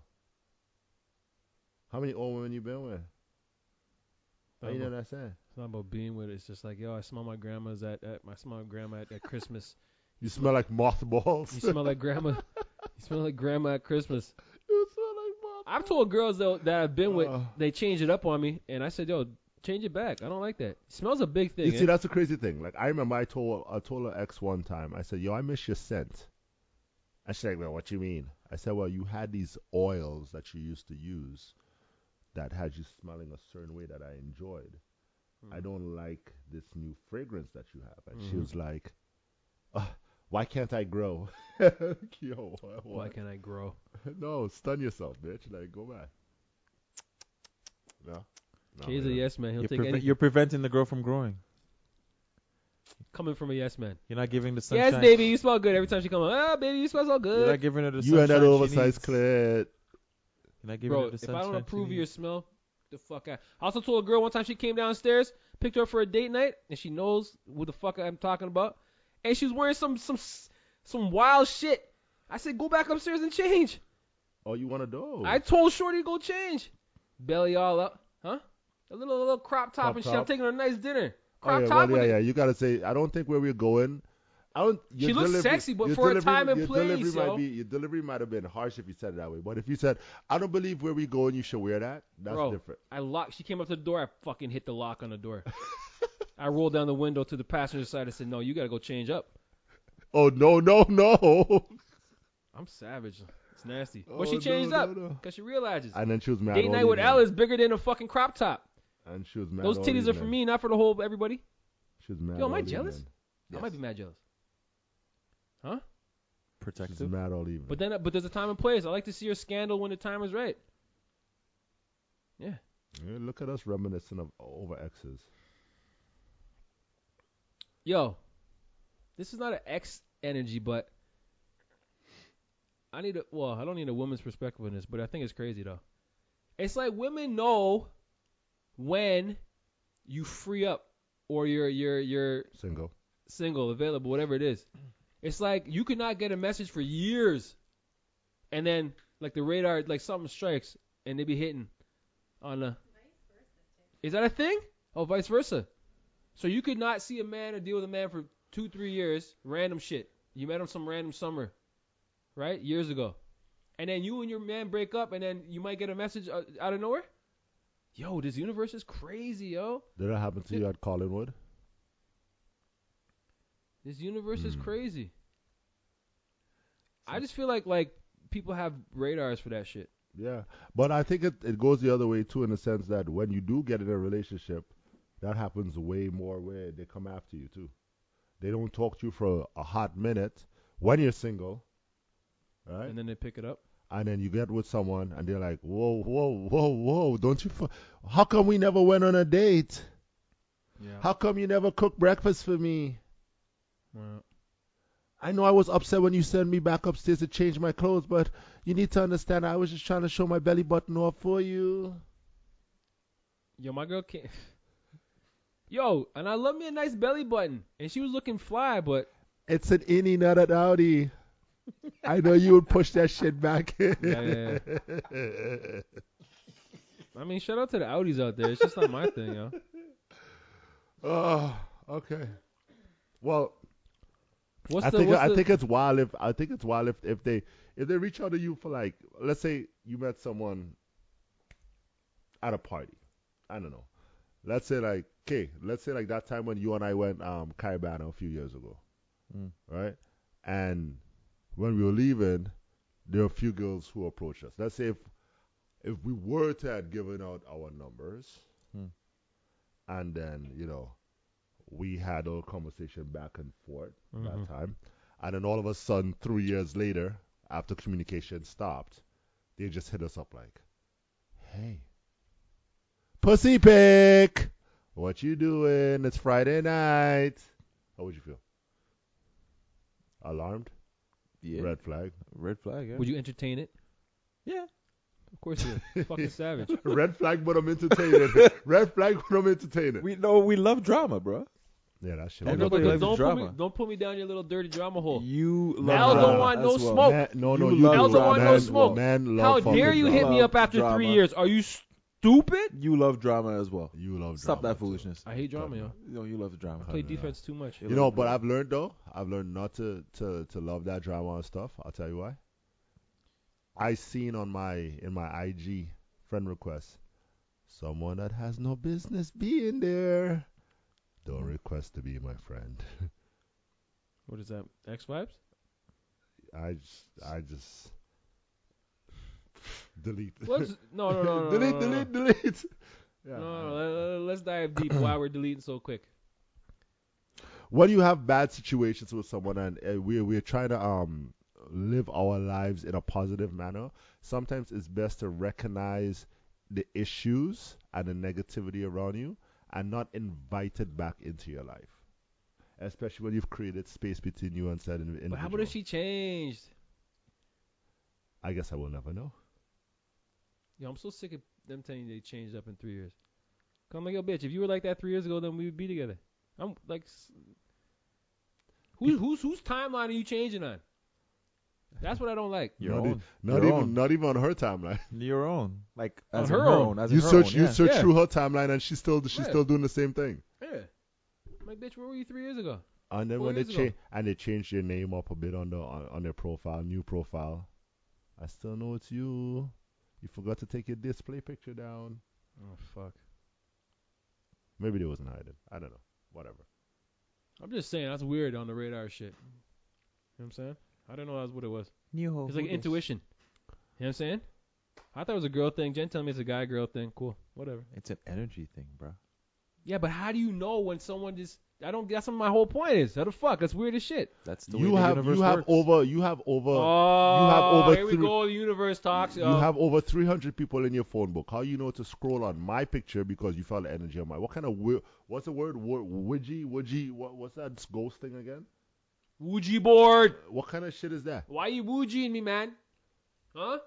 How many old women you been with? How Oh, you know
it's
that saying?
not about being with it. It's just like, yo, I smell my grandma's at, at I smell my grandma at, at Christmas.
You smell like mothballs.
You smell like grandma. You smell like grandma at Christmas.
you smell like mothballs.
I've told girls though that I've been with,
Uh.
they change it up on me, and I said, yo, change it back. I don't like that. Smells a big thing.
You
eh?
see, that's the crazy thing. Like, I remember I told I told her ex one time. I said, "Yo, I miss your scent." And she's like, "Well, what you mean?" I said, "Well, you had these oils that you used to use that had you smelling a certain way that I enjoyed. I don't like this new fragrance that you have." And she
Mhm.
was like, "Ugh, "Why can't I grow?" Yo, what?
Why can't I grow?
no, stun yourself, bitch. Like, go back. No. No,
He's a
yeah.
yes man. He'll
Oh, You're,
take
preve-
any.
you're preventing the girl from growing.
Coming from a yes man.
You're not giving the sunshine.
Yes, baby, you smell good every time she come on. Ah, baby, you smell so
You're
good.
not giving her the
You and that
sunshine she
oversized
needs.
clit.
You're not giving
Bro,
her the
if
sunshine
I don't
she
approve of your
needs.
smell, the fuck out. I also told a girl one time she came downstairs, picked her up for a date night, and she knows who the fuck I'm talking about. And she was wearing some some s- some wild shit. I said, go back upstairs and change.
Oh, you want to do?
I told Shorty to go change. Belly all up, huh? A little a little crop top
Crop
and shit. I'm
top.
taking her a nice dinner.
Oh,
Crop
yeah,
top
well,
with
yeah,
it.
yeah. You gotta say, I don't think where we're going. I don't. your
She looks sexy, but
your
for a
delivery-
time and
your
place,
delivery
yo.
might be, your delivery might have been harsh if you said it that way. But if you said, I don't believe where we going, you should wear that. That's
Bro,
different.
I locked. She came up to the door. I fucking hit the lock on the door. I rolled down the window to the passenger side. and said, "No, you gotta go change up."
Oh no, no, no.
I'm savage. It's nasty.
Oh,
but she changed
no,
up
no, no.
because she realizes
And then she was mad.
date
all
night with
evening.
Al is bigger than a fucking crop top.
And she was mad.
Those
all
titties are for
evening.
me, not for the whole everybody.
She was mad.
Yo, am I
all
jealous?
evening.
I might be mad jealous.
She was
protective.
mad all evening.
But then, but there's a time and place. I like to see her scandal when the time is right.
Yeah, look at us reminiscing of over exes.
Yo, this is not an ex energy, but I need a well, I don't need a woman's perspective on this, but I think it's crazy though. It's like women know when you free up or you're you're you're
Single.
single, available, whatever it is. It's like you could not get a message for years, and then like the radar, like something strikes, and they be hitting on the. Is that a thing? Oh, vice versa. So you could not see a man or deal with a man for two, three years, random shit. You met him some random summer, right? Years ago, and then you and your man break up, and then you might get a message uh, out of nowhere. Yo, this universe is crazy, yo.
Did that happen to you at Collinwood?
This universe is
Mm.
crazy. I just feel like like people have radars for that shit.
Yeah, but I think it, it goes the other way too, in the sense that when you do get in a relationship, that happens way more where they come after you too. They don't talk to you for a hot minute when you're single, right?
And then they pick it up.
And then you get with someone, and they're like, "Whoa, whoa, whoa, whoa! Don't you? Fu- How come we never went on a date?
Yeah.
How come you never cook breakfast for me?
Well,
I know I was upset when you sent me back upstairs to change my clothes, but you need to understand I was just trying to show my belly button off for you.
Yo, my girl can't. Yo, and I love me a nice belly button, and she was looking fly, but
It's an innie, not an outie. I know you would push that shit back.
yeah, I mean, shout out to the Audis out there. It's just not my thing, yo.
oh, okay. Well,
What's
I
the?
think
what's
I
the-
think it's wild if I think it's wild if, if they if they reach out to you for like let's say you met someone at a party. I don't know. Let's say like okay, let's say like that time when you and I went um Caibano a few years ago.
Mm.
Right? And when we were leaving, there were a few girls who approached us. Let's say if if we were to have given out our numbers
Hmm.
Mm.
and then, you know, we had a conversation back and forth
Mhm.
that time. And then all of a sudden, three years later, after communication stopped, they just hit us up like, hey, pussy pick, what you doing? It's Friday night. How would you feel? Alarmed?
Yeah.
Red flag?
Red flag. Yeah.
Would you entertain it?
Yeah.
Of course you would. Fucking savage.
Red flag, but I'm entertaining. Red flag, but I'm entertaining.
we know we love drama, bro.
yeah, that shit.
That
we love
Don't,
nobody
don't-
likes
don't put me,
drama.
don't put me down your little dirty drama hole.
You love
Al don't
drama
want no
as well.
smoke.
Man, no, no,
You
you
love
love
Al don't want no
man,
smoke.
Man,
How
love
dare
fucking
you hit
drama.
me
Love
up after three
drama.
years? Are you stupid?
You love drama as well.
You love
Stop
drama
that
too.
foolishness.
I hate drama, yo.
No, you love drama.
Play
don't know.
defense too much.
You know, but I've learned though. I've learned not to to to love that drama and stuff. I'll tell you why. I seen on my in my IG friend request someone that has no business being there. Don't
Mm-hmm.
request to be my friend.
What is that? X vibes?
I just I just delete.
What's no no no no
delete,
no, no, no.
delete, delete. Yeah.
No, no, no, let- let's dive deep. Why we're deleting so quick?
when you have bad situations with someone and uh, we we're trying to um live our lives in a positive manner, sometimes it's best to recognize the issues and the negativity around you and not invite it back into your life. Especially when you've created space between you and said in- individual.
But how about if she changed?
I guess I will never know.
Yo, I'm so sick of them telling you they changed up in three years. Come like, yo, bitch, if you were like that three years ago, then we would be together. I'm like, s- who's who's whose timeline are you changing on? That's what I don't like.
Your
not, e-
own.
not
Your
even
own.
not even on her timeline.
Your own. Like
On
as
her
in her
own.
own. As in
You
her
search
own,
you
yeah.
search
Yeah.
through her timeline and she's still she's
Yeah.
still doing the same thing.
Yeah. I'm like, bitch, where were you three years ago?
And then
Four
when they
years ago.
change and they change their name up a bit on the on, on their profile, new profile. I still know it's you. You forgot to take your display picture down.
Oh fuck.
Maybe they wasn't hiding. I don't know. Whatever.
I'm just saying that's weird on the radar shit. You know what I'm saying? I don't know that's what it was.
New hole.
It's like intuition. You know what I'm saying? I thought it was a girl thing. Jen telling me it's a guy girl thing. Cool. Whatever.
It's an energy thing, bro.
Yeah, but how do you know when someone just I don't that's what my whole point is. How the fuck? That's weird as shit.
That's the way
You
the
have
universe
you have
works.
over you have over
oh,
over
here we
three-
go. The universe talks.
you
oh.
have over 300 people in your phone book. How you know to scroll on my picture because you felt the energy on my. What kind of wi- what's the word Wo- widgy widgy what, what's that ghost thing again?
Ouija board.
What kind of shit is that?
Why you Ouijaing me, man? Huh?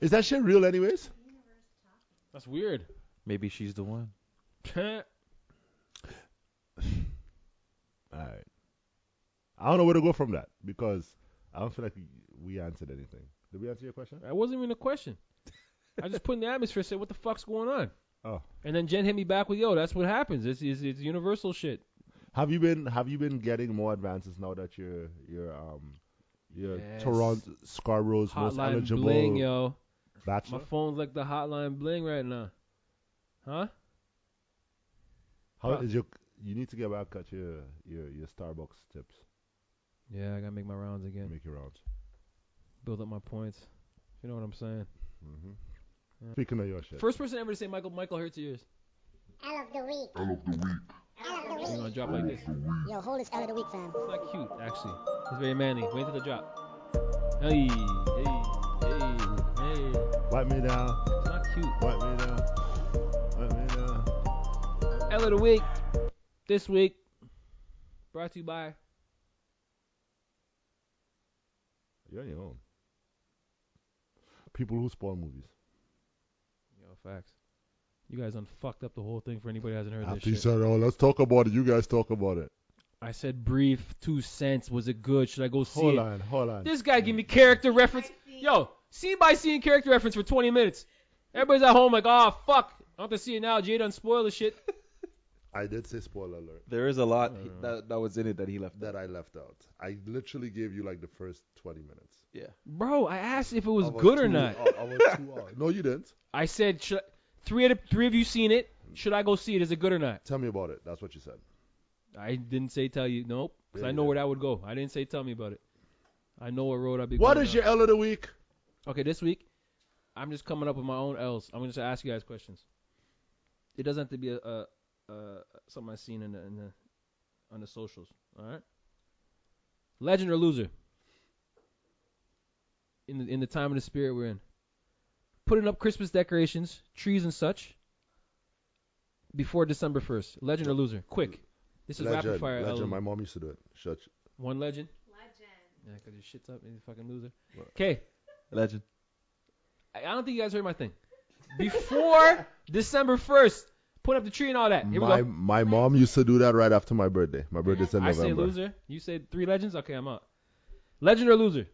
Is that shit real anyways?
That's weird.
Maybe she's the one.
All right. I don't know where to go from that because I don't feel like we answered anything. Did we answer your question?
That wasn't even a question. I just put in the atmosphere and said, what the fuck's going on?
Oh.
And then Jen hit me back with, yo, that's what happens. It's, it's, it's universal shit.
Have you been Have you been getting more advances now that you're you're um you're
Yes.
Toronto Scarborough's most
Hotline
eligible
bling, yo. My
bachelor?
phone's like the hotline bling right now. Huh?
How
fuck.
is your you need to get back at your your, your Starbucks tips.
Yeah, I gotta make my rounds again.
Make your rounds.
Build up my points. You know what I'm saying?
hmm
Yeah.
Speaking of your shit,
First person ever to say Michael Michael hurts yours.
L of the week. L of the
He's
week.
gonna drop like this. It's
Yo, hold this L of the week, fam.
not cute, actually. He's very manly. Wait till the drop. Hey, hey, hey, hey.
wipe me down,
It's not cute.
wipe me down, wipe me down.
L of the week this week brought to you by
You're on your own. People who spoil movies.
Yo Facts. You guys unfucked up the whole thing for anybody who hasn't heard this
After you
shit.
said, "Oh, let's talk about it," you guys talk about it.
I said brief two cents. Was it good? Should I go see it?
on, hold on.
This guy give me character reference. Yo, scene by scene character reference for 20 minutes. Everybody's at home like, oh fuck, I have to see it now. Jay done spoiled the shit.
I did say spoiler alert
There is a lot
I
he-
don't know.
that that was in it that he left.
that I left out. I literally gave you like the first 20 minutes.
Bro, I asked if it was
Of our
good or
Oh, two-
not.
of our two hours. No, you didn't.
I said, should, three of the, three of you seen it. Should I go see it? Is it good or not?
Tell me about it. That's what you said.
I didn't say tell you. Nope. 'Cause
Yeah,
I
you
know
did.
where that would go. I didn't say tell me about it. I know what road I'd be
What
going
is
down.
your L of the week?
Okay, this week, I'm just coming up with my own L's. I'm going to ask you guys questions. It doesn't have to be a, a, a something I've seen in the, in the on the socials. All right. Legend or loser. In the in the time and the spirit we're in. Putting up Christmas decorations, trees and such. Before December first. Legend or loser. Quick. This is
legend.
rapid fire.
legend.
LOL.
My mom used to do it. Shut.
One legend.
Legend.
Yeah, 'cause your shit's up and you're a fucking loser.
What?
Okay.
Legend.
I I don't think you guys heard my thing. Before December 1st, put up the tree and all that. Here
My
we go.
my mom used to do that right after my birthday. My birthday's in
I say
November.
loser. You say three legends? Okay, I'm out. Legend or loser?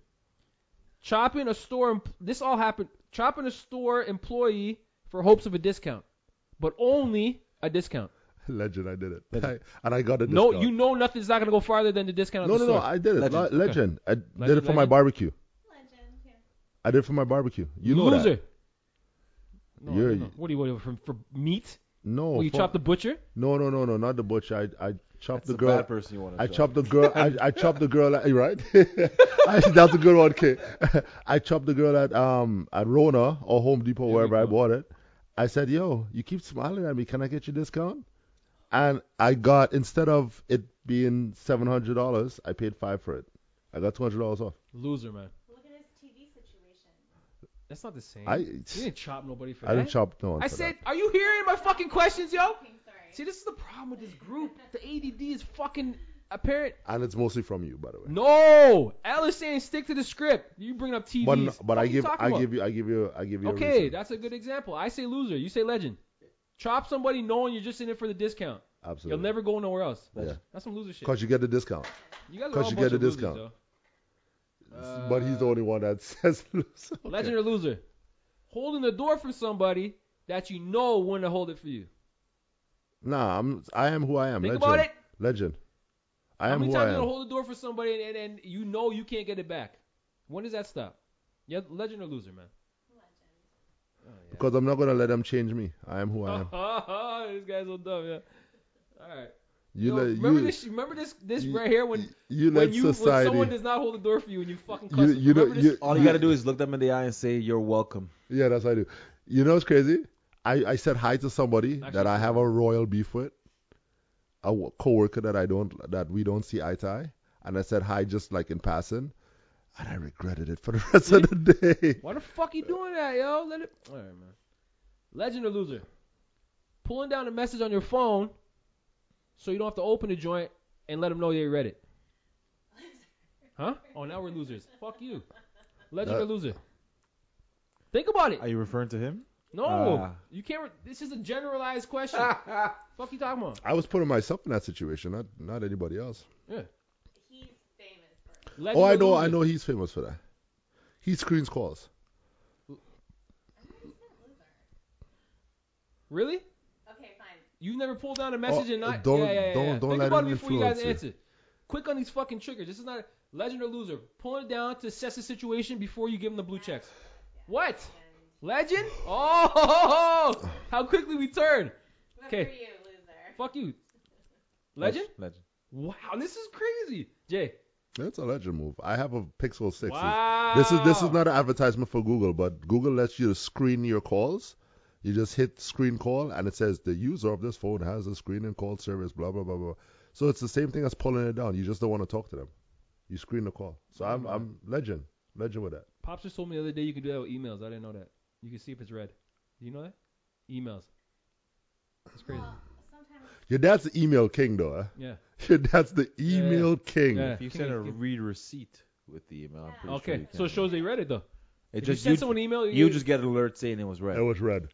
Chopping a store. Em- this all happened. Chopping a store employee for hopes of a discount, but only a discount.
Legend. I did it. and I got a
No,
discount.
you know nothing's not gonna go farther than the discount. at
No,
the
no, no.
store.
I did it. Le-
Legend.
Legend. I did it
Legend,
for my
legend.
barbecue.
Legend. Yeah.
I did it for my barbecue. You know
loser.
that.
No,
You're- Oh,
no, no. What do you want from for meat?
No.
Will you
for-
chop the butcher?
No, no, no, no. Not the butcher. I I chopped
That's
the
a
girl.
bad person you want to
I chopped the girl. I, I chopped the girl. At, right? I, that's a good one, K. I chopped the girl at um at Rona or Home Depot
we
wherever I
go.
bought it. I said, "Yo, you keep smiling at me. Can I get your discount?" And I got instead of it being seven hundred dollars, I paid five for it. I got two hundred dollars off.
Loser, man.
Look at his TV situation.
That's not the same.
I
you didn't chop nobody for
I
that.
didn't chop no one.
I
for
said, are you hearing my fucking questions, yo?
Fucking sorry.
See, this is the problem with this group. The ADD is fucking apparent.
that. and it's mally from you, by the way.
No, Al is saying stick to the script. You bring up TVs.
But but
What
I
are you
give
talking
I
about?
give you I give you I give you. a
Okay,
reason.
that's a good example. I say loser, you say legend. Chop somebody knowing you're just in it for the discount.
absolutely.
You'll never go nowhere else.
Yeah.
That's some loser shit.
Cause you get the discount.
you guys are
'cause
all a
you
bunch
get a
of losers,
discount.
though.
but he's the only one that says loser.
Uh, Legend or loser? Holding the door from somebody that you know when to hold it for you.
Nah, I'm I am who I am.
Think
Legend.
about it.
Legend. I
How
am
many
who
times
I
you
am.
gonna hold the door for somebody and, and, and you know you can't get it back? When does that stop? Yeah, legend or loser, man.
Because I'm not gonna let them change me. I am who I
Uh-huh.
am.
this guy's so dumb, yeah. All right.
You
Yo,
let
remember
you,
this? Remember this? This
you-
right here when
you
when
let
you when
society.
someone does not hold the door for you and you fucking
You-
cuss them.
you know-
Remember this?
you-
All you gotta do is look them in the eye and say you're welcome.
yeah, that's what I do. You know what's crazy? I, I said hi to somebody that
Actually,
I have a royal beef with, a w- coworker that I don't that we don't see eye to eye, and I said hi just like in passing, and I regretted it for the rest of the day.
Why the fuck you doing that, yo? Let it. All right, man. Legend or loser? Pulling down a message on your phone so you don't have to open the joint and let them know you read it. Huh? Oh, now we're losers. Fuck you. Legend
That-
or loser? Think about it.
Are you referring to him?
No,
uh,
Ah.
you can't. Re- this is a generalized question.
Ah.
fuck you talking about?
I was putting myself in that situation, not not anybody else.
He's famous for it.
Oh,
Legend
I
or
know,
loser?
I know he's famous for that. He screens calls.
Really?
Okay, fine.
You never pulled down a message
Oh,
and not.
don't-
yeah, yeah, yeah,
don't-
yeah.
don't
Think
let
about
him
it before you guys
influence
answer. Quick on these fucking triggers. This is not a legend or loser. Pull it down to assess the situation before you give them the blue checks. What? Legend? Oh, how quickly we turn.
Good
Okay.
for you, loser.
Fuck you. Legend?
Legend.
Wow, this is crazy. Jay.
That's a legend move. I have a Pixel 6.
Wow.
This is this is not an advertisement for Google, but Google lets you screen your calls. You just hit screen call and it says the user of this phone has a screen and call service, blah blah blah blah. So it's the same thing as pulling it down. You just don't want to talk to them. You screen the call. So
Mm-hmm.
I'm I'm legend. Legend with that.
Pops just told me the other day you can do that with emails. I didn't know that. You can see if it's red. Do you know that? Emails. That's crazy.
Well, sometimes
Your dad's the email king, though. Huh?
Yeah.
Your dad's the
yeah.
email king.
Yeah.
If you
Can
send
we
a
get-
read receipt with the email, I'm pretty sure
Okay,
you
so it
can.
shows they read it though.
It
if
just
you send
you,
someone an email,
you just get an alert saying it was read.
That was red.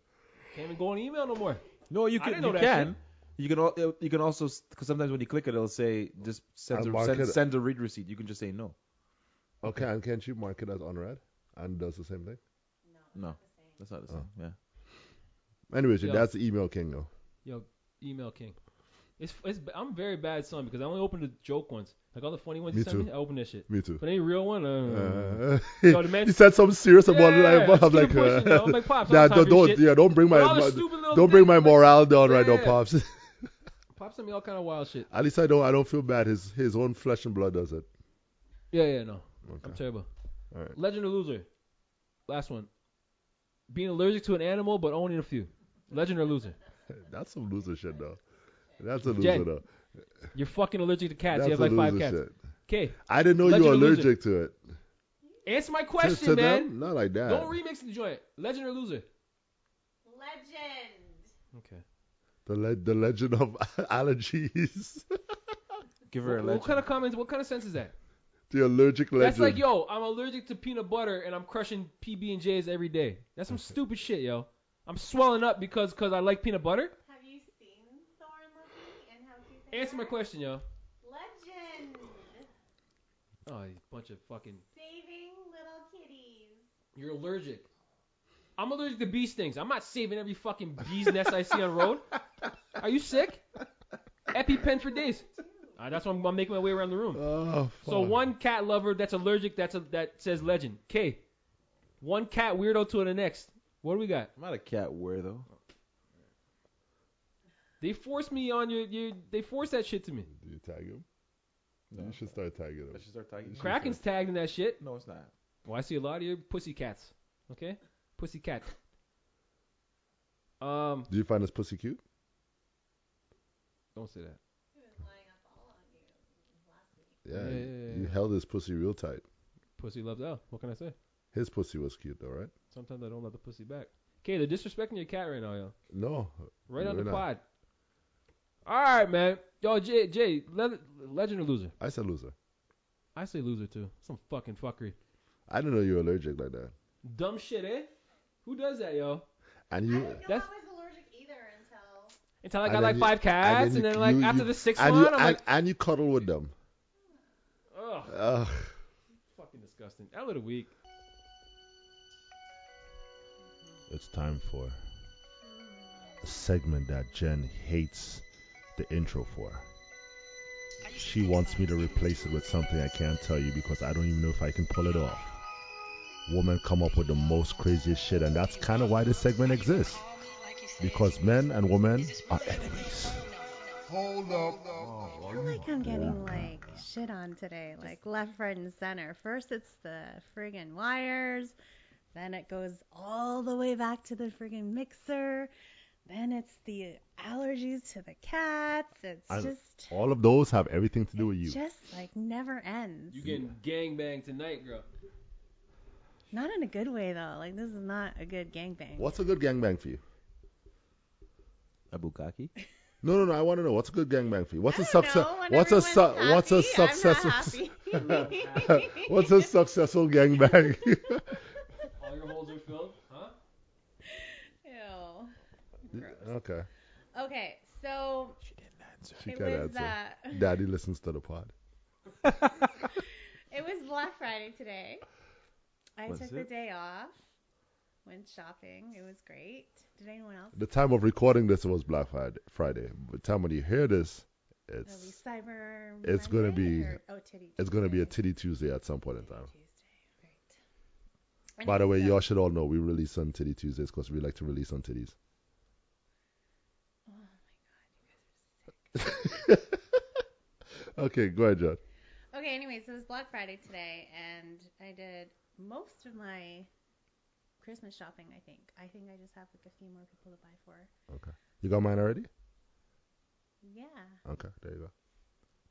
can't even go on email no more.
No, you
I
can.
didn't know
you
that
can. You can. Al- you can also because sometimes when you click it, it'll say just
I'll
send a,
mark
send,
it.
send a read receipt. You can just say no.
Okay, and can't you mark it as unread? And does the same thing.
No, that's not the same.
Oh.
Yeah.
Anyways, your
Yeah.
dad's the email king, though.
Yo, email king. It's, it's I'm very bad son because I only opened a joke once. Like all the funny ones
Me
you sent
too.
me, I opened that shit.
Me too.
But any real one, uh,
Uh,
Yo, the man-
he said something serious about
Yeah,
life.
just
I'm
keep
like,
it pushing,
uh,
yo. I'm like, Pops, I
nah,
don't have
don't, don't,
your shit.
yeah, don't bring my,
But all the
my-
stupid little
don't bring my
things, like-
morale down right now,
Yeah.
pops.
pop sent me all kind of wild shit.
At least I don't, I don't feel bad. His, his own flesh and blood does it.
Yeah, yeah, no, I'm
Okay.
terrible.
Alright.
Legend or loser. Last one. Being allergic to an animal but owning a few. Legend or loser.
That's some loser shit, though. That's a loser,
Jen,
though.
You're fucking allergic to cats.
That's
you have
a
like five
loser
cats.
shit.
Okay,
I didn't know you were
Legend or loser?
allergic to it.
answer my
To-
question,
to
man.
them, not like that.
Don't remix the joint. Legend or loser.
Legend.
Okay.
the, le- the legend of allergies.
Give her a
What,
legend.
kind of comments? What kind of sense is that?
the allergic legend.
That's like, yo, I'm allergic to peanut butter and I'm crushing PB and J's every day. That's some stupid shit, yo. I'm swelling up because cause I like peanut butter.
Have you seen Thor and Loki? And how cute they
Answer my
are?
question, yo.
Legend.
Oh, you bunch of fucking.
Saving little kitties.
You're allergic. I'm allergic to bee stings. I'm not saving every fucking bee's nest I see on road. Are you sick? EpiPen for days. Uh, that's why I'm, I'm making my way around the room.
Oh,
So
fuck.
one cat lover that's allergic that's a, that says legend. K. One cat weirdo to the next. What do we got?
I'm not a cat weirdo.
They forced me on your, your they forced that shit to me.
Do you tag him?
No.
You should start tagging him.
I should start tagging.
Kraken's tagged in that shit.
No, it's not.
Well, I see a lot of your pussy cats. Okay? Pussy cat. Um,
Do you find this pussy cute?
don't say that.
He was lying up all on you
Yeah.
Yeah,
last week.
you-
yeah, yeah,
You
yeah.
held his pussy real tight.
Pussy loves L. What can I say?
His pussy was cute though, right?
Sometimes I don't love the pussy back. Okay, they're disrespecting your cat right now, yo.
No.
Right on
We're
the
not.
pod. All right, man. Yo, Jay, Jay, le- legend or loser?
I said loser.
I say loser too. Some fucking fuckery.
I didn't know you were allergic like that.
Dumb shit, eh? Who does that, yo?
And
I
you
didn't know
That's-
I was allergic either until
Until I
And
got
then
like
you-
five cats, and
you-
then, like
you-
after
you-
the sixth
and
one,
you,
I'm
and,
like,
and you cuddle with them.
ugh,
Ugh.
fucking disgusting. L of the week.
It's time for a segment that Jen hates the intro for. She wants me to replace it with something I can't tell you because I don't even know if I can pull it off. Women come up with the most craziest shit, and that's kind of why this segment exists. Because men and women are enemies.
I feel like I'm getting like shit on today, like left, right, and center. First it's the friggin' wires, then it goes all the way back to the friggin' mixer, then it's the allergies to the cats. It's
I-
just
All of those have everything to do with you.
just like never ends.
You getting gangbanged tonight, girl?
Not in a good way though. Like this is not a good gangbang.
What's a good gangbang for you?
A bukkake?
No, no, no. I want to know what's a good gangbang for you. What's
I
a
don't
success?
know, when
What's a su-
everyone's
what's a
happy,
successful?
I'm not happy.
what's a successful gangbang?
All your holes are filled, huh?
Ew.
okay,
Okay, so
she
it
can't
was
answer.
uh,
Daddy listens to the pod.
It was Black Friday today. I
Was
took the
it?
day off, went shopping. It was great. Did anyone else?
The time of recording this was Black Friday. Friday. The time when you hear this,
It'll be
it's
Cyber.
it's gonna
Monday
be-
or- oh, Titty
it's gonna be a
Tuesday.
titty Tuesday at some point in time.
Titty Tuesday, right.
By the way,
Anyway,
y'all
so-
should all know we release on titty Tuesdays because we like to release on titties.
Oh my God, you guys
okay, go ahead, John.
are- Okay, anyways, it was Black Friday today, and I did most of my Christmas shopping. I think. I think I just have like a few more people to buy for.
You got mine already?
Yeah.
Okay, there you go.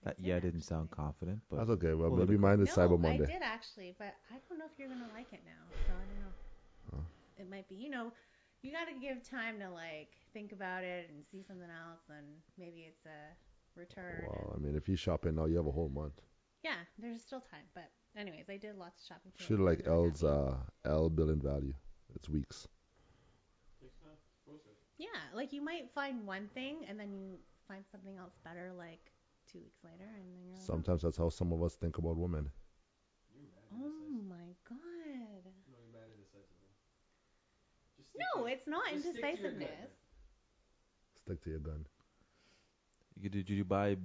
I
That, yeah, I
did,
didn't sound
actually.
confident, but
That's okay. Well,
Well,
maybe mine is
no,
Cyber Monday.
I did
Oh.
actually, but I don't know if you're gonna like it now. So I don't know. It might be, you know, you got to give time to like think about it and see something else, and maybe it's a return.
Wow, I mean, if you shopping now, you have a whole month.
Yeah, there's still time. But anyways, I did lots of shopping. today.
Shit like
I'm really
L's
happy.
uh L billing value. It's weeks.
Yeah, like you might find one thing and then you find something else better like two weeks later, and then you're like,
Sometimes that's how some of us think about women.
oh my god. No, it's not
Just stick to your gut.
indecisiveness.
Stick to your gun.
You, did you buy?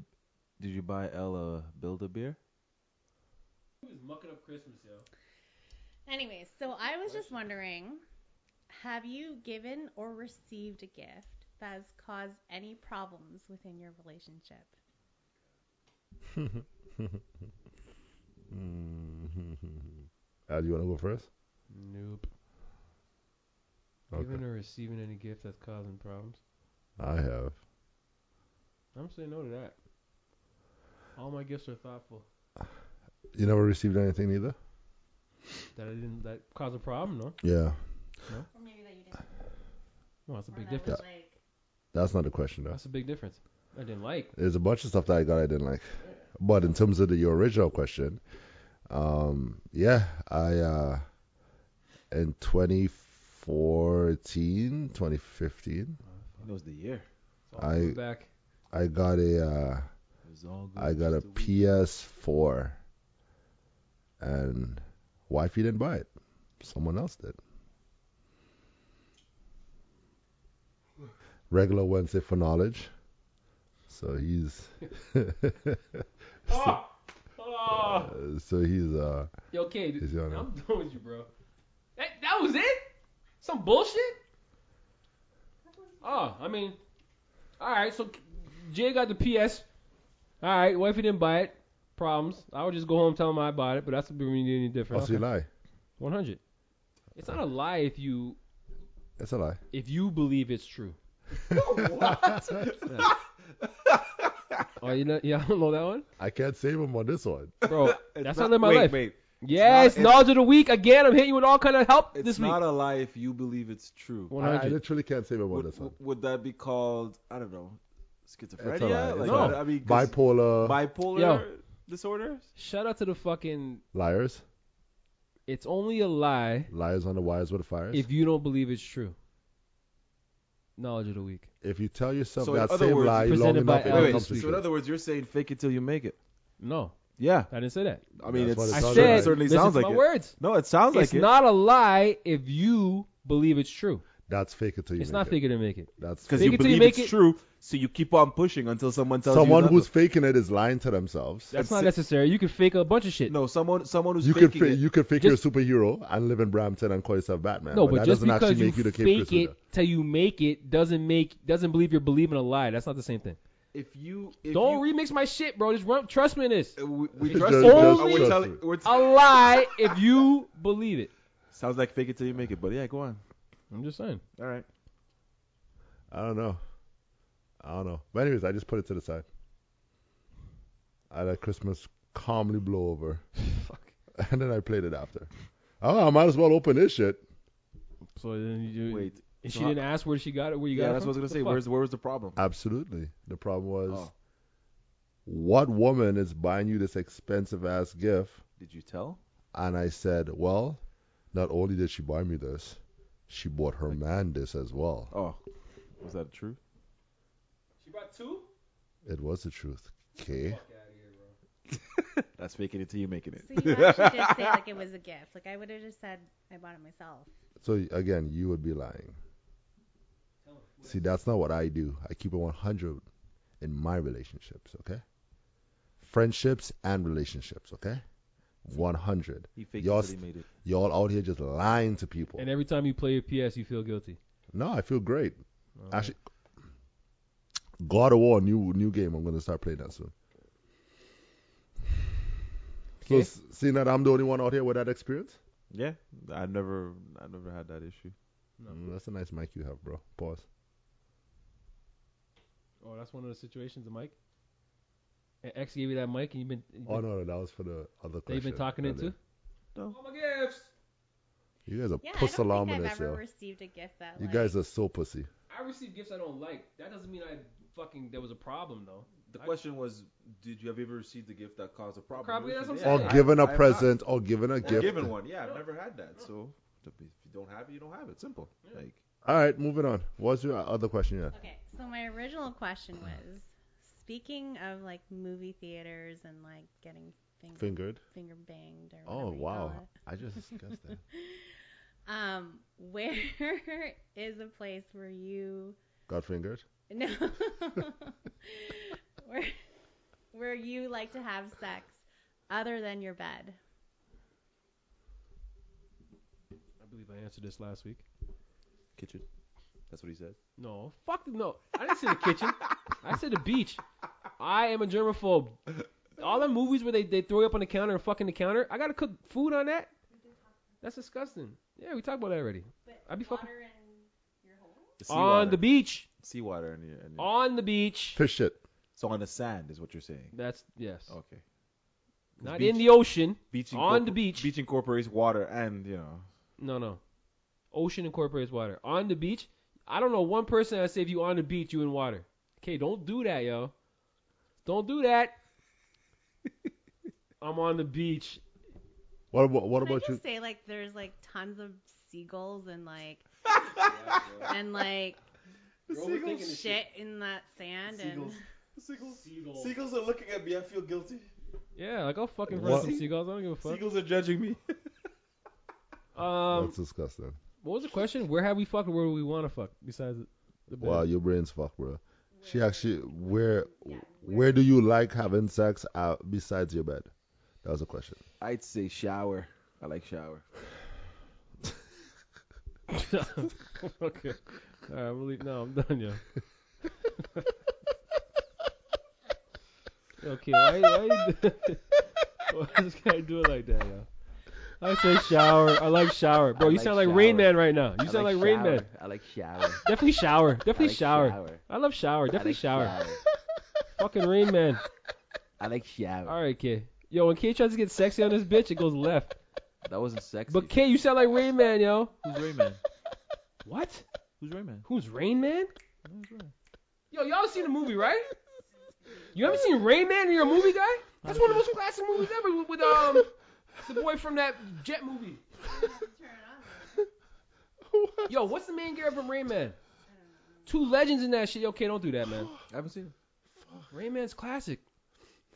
Did you buy Ella build a beer?
He was mucking up Christmas, yo.
Anyways, so I was just wondering, have you given or received a gift that has caused any problems within your relationship?
Al, you wanna go first?
Nope.
Okay.
Giving or receiving any gift that's causing problems?
I have.
I'm saying no to that. All my gifts are thoughtful.
You never received anything either?
That I didn't that cause a problem, no?
Yeah.
Or maybe that you didn't.
No, that's a
or
big
that was,
difference.
like,
That's not the question though.
That's a big difference. I didn't like.
There's a bunch of stuff that I got I didn't like. But in terms of the, your original question, um, yeah, I uh, in 2014, 2015,
It was the year.
So I'll
I-
I back.
I got a uh,
It was all good.
I got a
just week.
PS4, and wifey didn't buy it. Someone else did. Regular Wednesday for knowledge. So he's
Oh! Oh!
uh, so he's uh
Yo, okay,
Is he on
I'm done with you, bro. That, that was it? Some bullshit? Oh, I mean, all right. So Jay got the PS. All right, wifey didn't buy it. Problems. I would just go home tell him I bought it, but that's not really any
oh,
different.
so you lie.
100. It's not a lie if you
That's a lie.
if you believe it's true. Oh, you know, yeah, I don't know that one,
I can't save him on this one.
bro.
It's not-
that's how I live my
wait,
life.
Wait,
yes,
it's not-
knowledge of the week again. I'm hitting you with all kind of help
it's
this week.
not a lie if you believe it's true.
I, I
100.
literally can't save him on
Would,
this one.
would that be called? I don't know.
It's a lie.
Schizophrenia?
It's
Like,
a lie.
I mean, 'cause
Bipolar
bipolar
Yo.
disorders.
Shout out to the fucking.
liars,
It's only a lie
liars on the wires with the fires. If,
If you don't believe it's true. Knowledge of the week.
you tell yourself
So in
that
other
same
words,
lie long
presented by
enough, it
Alex
Wait, wait,
becomes
so
the
this
in
truth.
other words, you're saying fake it till you make it.
No,
Yeah.
I didn't say that.
I mean,
That's
it's,
what it
I
sounds
said.
like.
certainly
listen
sounds
to
like
my
it.
words.
no, it sounds
It's
like it.
not a lie if you believe it's true.
That's fake until you
it's
make
not
it.
fake it to make it.
That's
because
Fake
you
it till
believe
you make
it's
it-
true, so you keep on pushing until someone tells you.
someone
another.
who's faking it is lying to themselves.
That's
It's-
not necessary. You can fake a bunch of shit.
no someone someone who's
You could
faking
fa-
it.
you could fake
Just-
you're a superhero and live in Brampton and call yourself Batman.
No,
but,
but
that
just
doesn't actually
because you
make you the Cape
fake
Crusader.
it till you make it doesn't make doesn't believe you're believing a lie. That's not the same thing.
If you if
don't
you,
remix my shit, bro. Just run. Trust me in this.
We, we
Just-
trust
just
you.
trust
Are we
me.
telling- we're t-
A lie if you believe it.
sounds like fake it till you make it, but yeah, go on.
I'm just saying.
All right.
I don't know. I don't know. But anyways, I just put it to the side. I let Christmas calmly blow over,
Fuck.
and then I played it after. Oh, I might as well open this shit.
So then you
Wait.
If
so
she
how-
didn't ask where she got it, where you got
yeah,
it.
that's
from?
what I was gonna
The
say.
fuck?
Where's where's the problem?
Absolutely. The problem was,
Oh.
what woman is buying you this expensive ass gift?
Did you tell?
And I said, well, not only did she buy me this, she bought her man this as well.
Oh, was that true?
She brought two?
It was the truth. Okay.
That's faking it till you making it.
So you actually did say like it was a gift. Like I would have just said I bought it myself.
So again, you would be lying. See, that's not what I do. I keep it 100 in my relationships, okay? Friendships and relationships, okay? 100.
He faked
Y'all
it till
st-
he made it.
Y'all out here just lying to people.
And every time you play your PS, you feel guilty.
No, I feel great. Actually, God of War, new new game. I'm gonna start playing that soon. So
Okay.
s- seeing that I'm the only one out here with that experience,
Yeah, I never I never had that issue.
Mm, that's a nice mic you have, bro. Pause.
Oh, that's one of the situations, the mic. And X gave you that mic, and you've been. You've
Oh
been
no, no, that was for the other question.
they've been talking
earlier.
into.
No.
All my gifts.
You guys are
Yeah, I don't think
pussalominous,
I've ever
yo.
received a gift that.
You
like,
guys are so pussy.
I received gifts I don't like. That doesn't mean I fucking there was a problem though.
The
I-
question was, did you have ever received a gift that caused a problem?
Probably,
The
that's
answer
what
is
I'm
Or
saying.
yeah.
given a
I- I have not.
present, or given a
Or
gift.
given one. Yeah, I've
No.
never had that. So if you don't have it, you don't have it. Simple. Like
All right, moving on. What's your other question? Yeah.
Okay, so my original question was speaking of like movie theaters and like getting finger,
Fingered.
finger banged or
Oh
whatever you call
wow,
it.
I just discussed that.
Um, where is a place where you
Got fingered.
no where where you like to have sex other than your bed?
I believe I answered this last week.
kitchen. That's what he said.
No, fuck the- no. I didn't say the kitchen. I said the beach. I am a germaphobe. All the movies where they, they throw you up on the counter and fuck in the counter, I gotta cook food on that. That's disgusting. Yeah, we talked about that already.
But
I'd be
water
fucking-
in your hole?
The
On the beach.
Seawater and, your- and your-
On the beach.
Fish shit.
so on the sand is what you're saying.
That's yes.
Okay.
Not
Oh, beach-
in the ocean.
Beach
On
incorpor-
the beach.
Beach incorporates water and you know.
No, no. Ocean incorporates water. On the beach, I don't know one person that say if you on the beach, you in water. Okay, don't do that, yo. Don't do that. I'm on the beach.
What about what
Can I
about
just
you?
say like there's like tons of seagulls and like and like shit in that sand and
Seagulls.
Seagulls are looking at me. I feel guilty.
Yeah, like I'll fucking
What?
run some seagulls. I don't give a fuck.
Seagulls are judging me.
Um,
Um,
That's disgusting.
what was the question? Where have we fucked? and Where do we want to fuck besides the bed?
Wow, your brain's fucked, bro. She actually, where, where do you like having sex uh, besides your bed? That was a question.
I'd say shower. I like shower.
okay. All right, I'm leave. No, I'm done, yo. okay, why, why, you do- why does this guy do it like that, yo? I say shower. I like shower, bro.
I
you
like
sound like Rain
shower.
Man right now. You
I
sound like,
like
Rain
shower.
Man.
I like shower.
Definitely shower. Definitely
I like
shower.
shower.
I love shower.
I
Definitely
like
shower. Fucking Rain Man.
I like shower.
All right, K. Yo, when K tries to get sexy on this bitch, it goes left.
That wasn't sexy.
But K, you sound like Rain Man, yo.
who's Rayman?
What?
Who's Rayman?
Who's Rain Man?
Who's Rayman?
Yo, y'all seen the movie, right? You haven't seen Rain Man? You're a movie guy? That's one of the most classic movies ever with, with um the boy from that Jet movie.
Turn it on.
Yo, what's the main guy from Rain Man? Two legends in that shit. Yo, okay, don't do that, man.
I haven't seen
Rain Man's classic.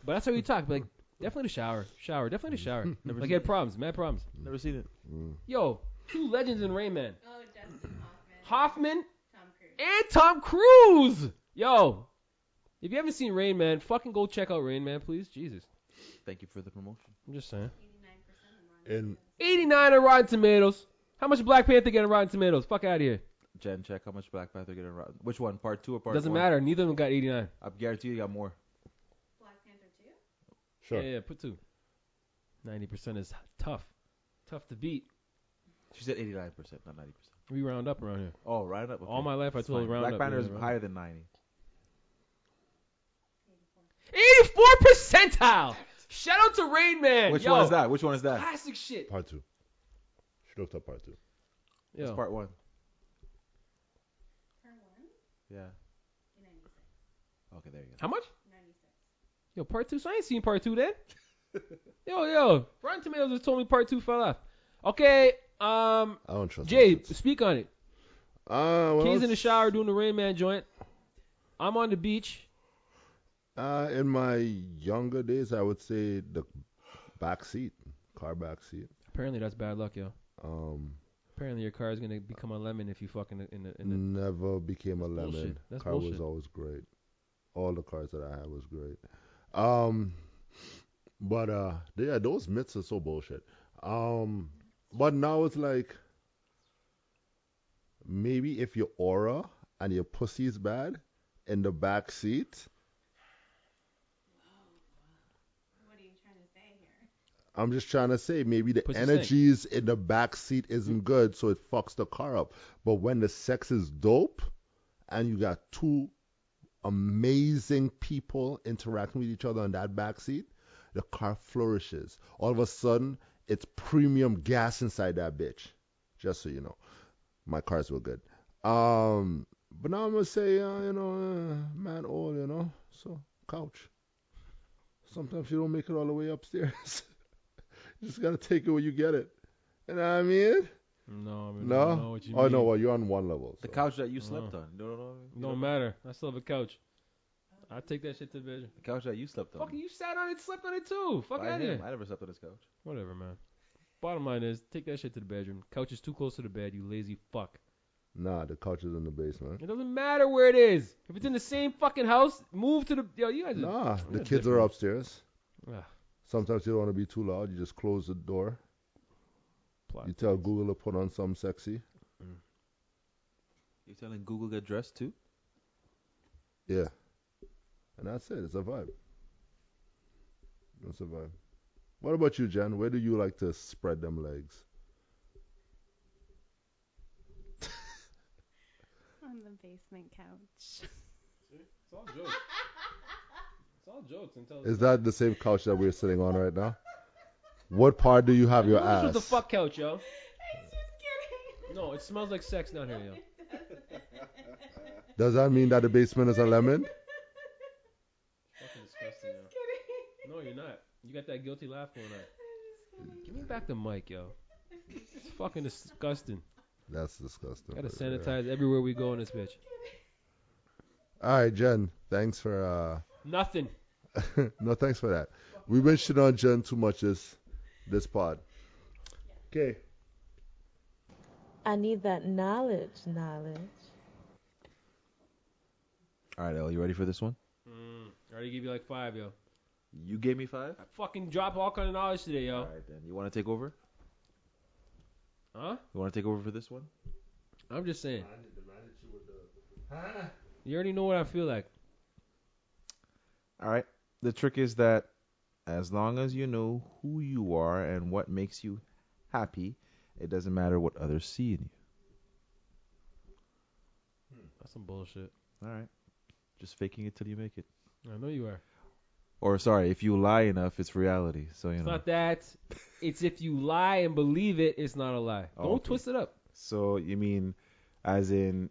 But that's how you talk. Like, definitely the shower. Shower. Definitely the shower. like, he had problems. Mad problems.
it. Never seen it.
Yo, two legends in Rain Man.
Oh, Dustin
Hoffman
Hoffman. Tom Cruise.
and Tom Cruise. Yo, if you haven't seen Rain Man, fucking go check out Rain Man, please. Jesus.
Thank you for the promotion.
I'm just saying.
89% on Rotten
And
89 on Rotten Tomatoes. How much Black Panther get on Rotten Tomatoes? Fuck out of here.
Jen, check how much Black Panther get in Rotten. Which one? Part two or part
Doesn't
one?
matter. Neither of them got 89.
I guarantee you got more.
Black Panther 2?
sure.
Yeah, yeah, put two. 90% is tough. Tough to beat.
She said 89%, not 90%.
We round up around here.
Oh, round up. Okay.
All my life I
It's
told
fine.
round
Black
up.
Panther
yeah,
is
round
higher than 90.
up. 84 percentile. Shout out to Rain Man.
Which
Yo,
one is that? Which one is that?
Classic shit.
Part two. She looked up part two.
It's
Yo,
part one.
Her 1?
Yeah.
96.
Okay, there you go.
How much?
96.
Yo, part two. So I ain't seen part two then. yo, yo. Rotten Tomatoes just told me part two fell off. Okay, um,
I don't trust.
Jay,
those kids.
speak on it.
Uh, when I
K's in the
was-
shower doing the Rain Man joint. I'm on the beach.
Uh, in my younger days, I would say the back seat, car back seat.
Apparently that's bad luck, yo.
Um,
Apparently your car is gonna become a lemon if you fuck in the in the, in the
never became a
bullshit.
lemon.
That's
car was
bullshit.
always great. All the cars that I had was great. Um, but uh, yeah, those myths are so bullshit. Um, but now it's like maybe if your aura and your pussy is bad in the back seat,
What are you trying to say here?
I'm just trying to say maybe the
Pussy stink.
energies in the back seat isn't good, so it fucks the car up. But when the sex is dope, and you got two amazing people interacting with each other on that back seat, the car flourishes. All of a sudden, it's premium gas inside that bitch. Just so you know, my cards were good. Um, but now I'm gonna say, uh, you know, uh, man, all you know, so couch. Sometimes you don't make it all the way upstairs. you just gotta take it when you get it. You know what I mean?
No, I mean, I
No.
don't know what you
oh
mean.
no, well you're on one level.
The
so.
couch that you slept on. No, no, no. You
Don't
know,
matter. I still have a couch. I take that shit to bed.
The couch that you slept on.
Fucking, you sat on it, slept on it too. Fuck
By
out of
him.
here.
I never slept on this couch.
Whatever, man. Bottom line is, take that shit to the bedroom. Couch is too close to the bed, you lazy fuck.
Nah, the couch is in the basement.
It doesn't matter where it is. If it's in the same fucking house, move to the. Yo, you guys. Are,
Nah, the
yeah,
kids are
different.
upstairs.
Ah.
Sometimes you don't want to be too loud. You just close the door.
Plot
You tell Google to put on some sexy.
You telling Google get dressed too?
Yeah. And that's it. It's a vibe. It's a vibe. What about you, Jen? Where do you like to spread them legs?
on the basement couch.
it's all jokes. it's all jokes until.
Is that the same couch that we're sitting on right now? What part do you have your
This was
ass?
the fuck couch, yo.
He's just kidding.
No, it smells like sex down here, yo.
Does that mean that the basement is a lemon?
Fucking disgusting, yo.
Kidding.
No, you're not. You got that guilty laugh going on.
I'm just
Give me back the mic, yo. It's fucking disgusting.
That's disgusting.
Gotta
but, yeah.
sanitize everywhere we go in this bitch.
All right, Jen. Thanks for uh,
Nothing.
no, thanks for that. We've been shit on Jen too much this this pod. Okay.
I need that knowledge, knowledge.
All right, El, you ready for this one?
Mm, I already gave you like five, yo.
You gave me five.
I fucking dropped all kind of knowledge today, yo.
All right, then. You want to take over?
Huh?
You want to take over for this one?
I'm just saying. You already know what I feel like.
All right. The trick is that as long as you know who you are and what makes you happy, it doesn't matter what others see in you.
That's some bullshit.
All right. Just faking it till you make it.
I know you are.
Or sorry, if you lie enough, it's reality. So you
It's
know.
not that. It's if you lie and believe it, it's not a lie.
Oh,
Don't
okay.
twist it up.
So you mean, as in,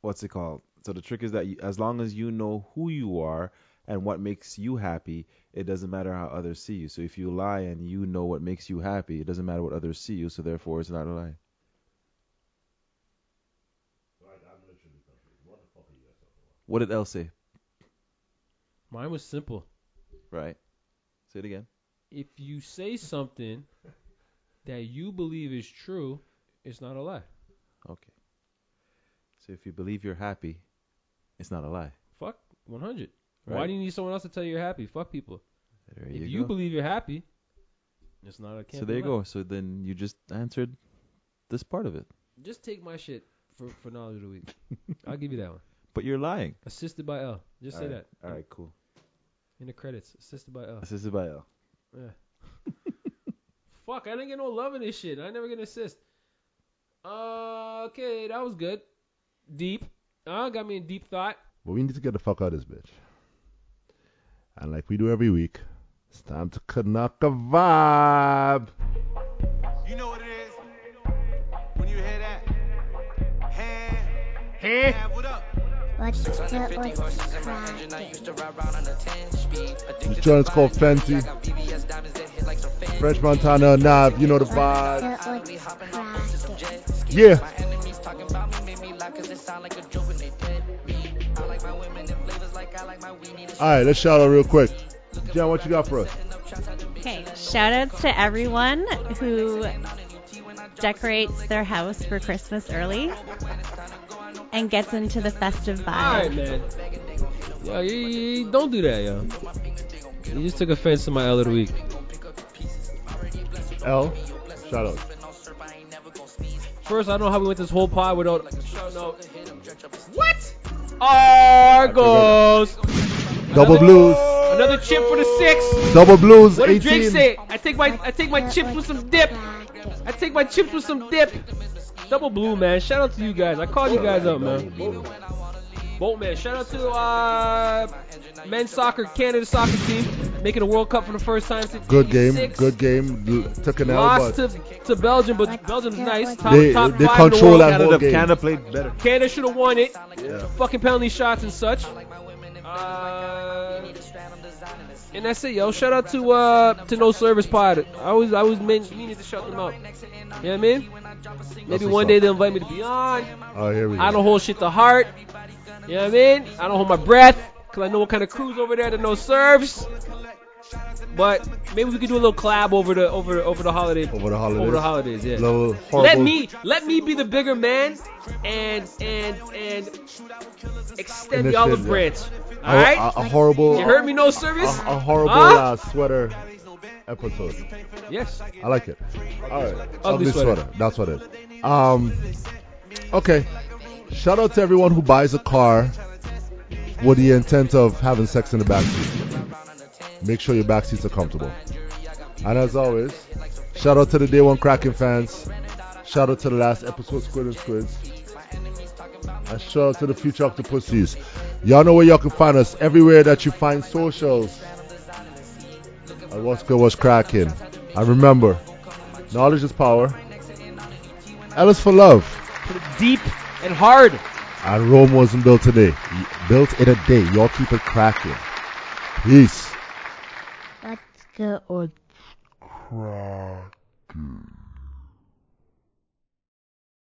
what's it called? So the trick is that you, as long as you know who you are and what makes you happy, it doesn't matter how others see you. So if you lie and you know what makes you happy, it doesn't matter what others see you. So therefore, it's not a lie. What did Elle say?
Mine was simple.
Right. Say it again.
If you say something that you believe is true, it's not a lie.
Okay. So if you believe you're happy, it's not a lie.
Fuck 100.
Right.
Why do you need someone else to tell you you're happy? Fuck people.
There
if
you
you
go.
believe you're happy, it's not a can't
so
be
there you
a lie.
go. So then you just answered this part of it.
Just take my shit for, for knowledge of the week. I'll give you that one.
But you're lying.
Assisted by L. Just say that.
All right, cool.
In the credits. Assisted by L.
Assisted by L.
Fuck, I didn't get no love in this shit. I never get an assist. Uh, okay, that was good. Deep. Uh, got me in deep thought.
But we need to get the fuck out of this bitch. And like we do every week, it's time to Kanaka vibe.
You know what it is? When you hear that? Hey,
Hey.
Dab, what up?
What's good?
150
What's
horses in my
cracking?
engine. I used to ride around on a 10 speed. Addicted
This
to
joint's called
buying
Fenty.
I got VVS diamonds that hit like some Fenty.
French Montana Nav, you know the
What's
vibe.
good?
I be
What's
hopping off horses and
cracking?
jet skis.
Yeah.
My enemies talking about me made me laugh 'cause it sound like a joke when they dead beat. I like my women in flavors like I like my weenie. and
All right, let's shout out real quick. Jen, what you got for us?
Okay, shout outs to everyone who decorates their house for Christmas early and gets into the festive
Alright,
vibe.
man. Yo, you, you- you- don't do that, yo. You just took offense to my L of the week.
L, shout out.
First, I don't know how we went this whole pod without shouting out. What? Our goals.
Double blues,
Another chip for the six.
double blues,
What did Drake
18.
say? I take my I take my chips with some dip. I take my chips with some dip. Double blue man, shout out to you guys. I called you guys up, man. Boatman, shout out to uh men's soccer, Canada soccer team, making a World Cup for the first time since
Good game.
86.
Good game. L- Took an L,
Lost
but
to, to Belgium, but Belgium's nice. Top,
they,
top
they
five
control
in the
that
world.
whole
Canada,
game.
Canada played better.
Canada should have won it.
Yeah.
Fucking penalty shots and such. Uh, and that's it, yo. Shout out to uh to No Service Pod. I always I always meant needed to shout them out. You know what I mean?
That's
Maybe
what's
one
up.
day they'll invite me to be on.
Oh, here we go.
I don't hold shit to heart. You know what I mean? I don't hold my breath because I know what kind of crews over there that no serves. But maybe we could do a little collab over the over over the holiday
over the holidays.
over the holidays. Yeah.
Little
Let
horrible-
me let me be the bigger man and and and extend the
Initiative,
olive
yeah.
branch.
a,
All right.
a, a horrible.
You heard me, no
A,
service.
a horrible
Huh?
uh, sweater episode.
Yes.
I like it. All right. Ugly,
sweater.
sweater. That's what it. is. Um. Okay. Shout out to everyone who buys a car with the intent of having sex in the backseat. Make sure your back seats are comfortable. And as always, shout out to the Day One Kraken fans. Shout out to the last episode, Squid and Squids. And shout out to the future octopuses. Y'all know where y'all can find us. Everywhere that you find socials. And what's good, what's cracking. And remember, knowledge is power. L is for love.
Put it deep and hard.
And Rome wasn't built today. Built in a day. Y'all keep it cracking. Peace.
Let's go or
Cracking.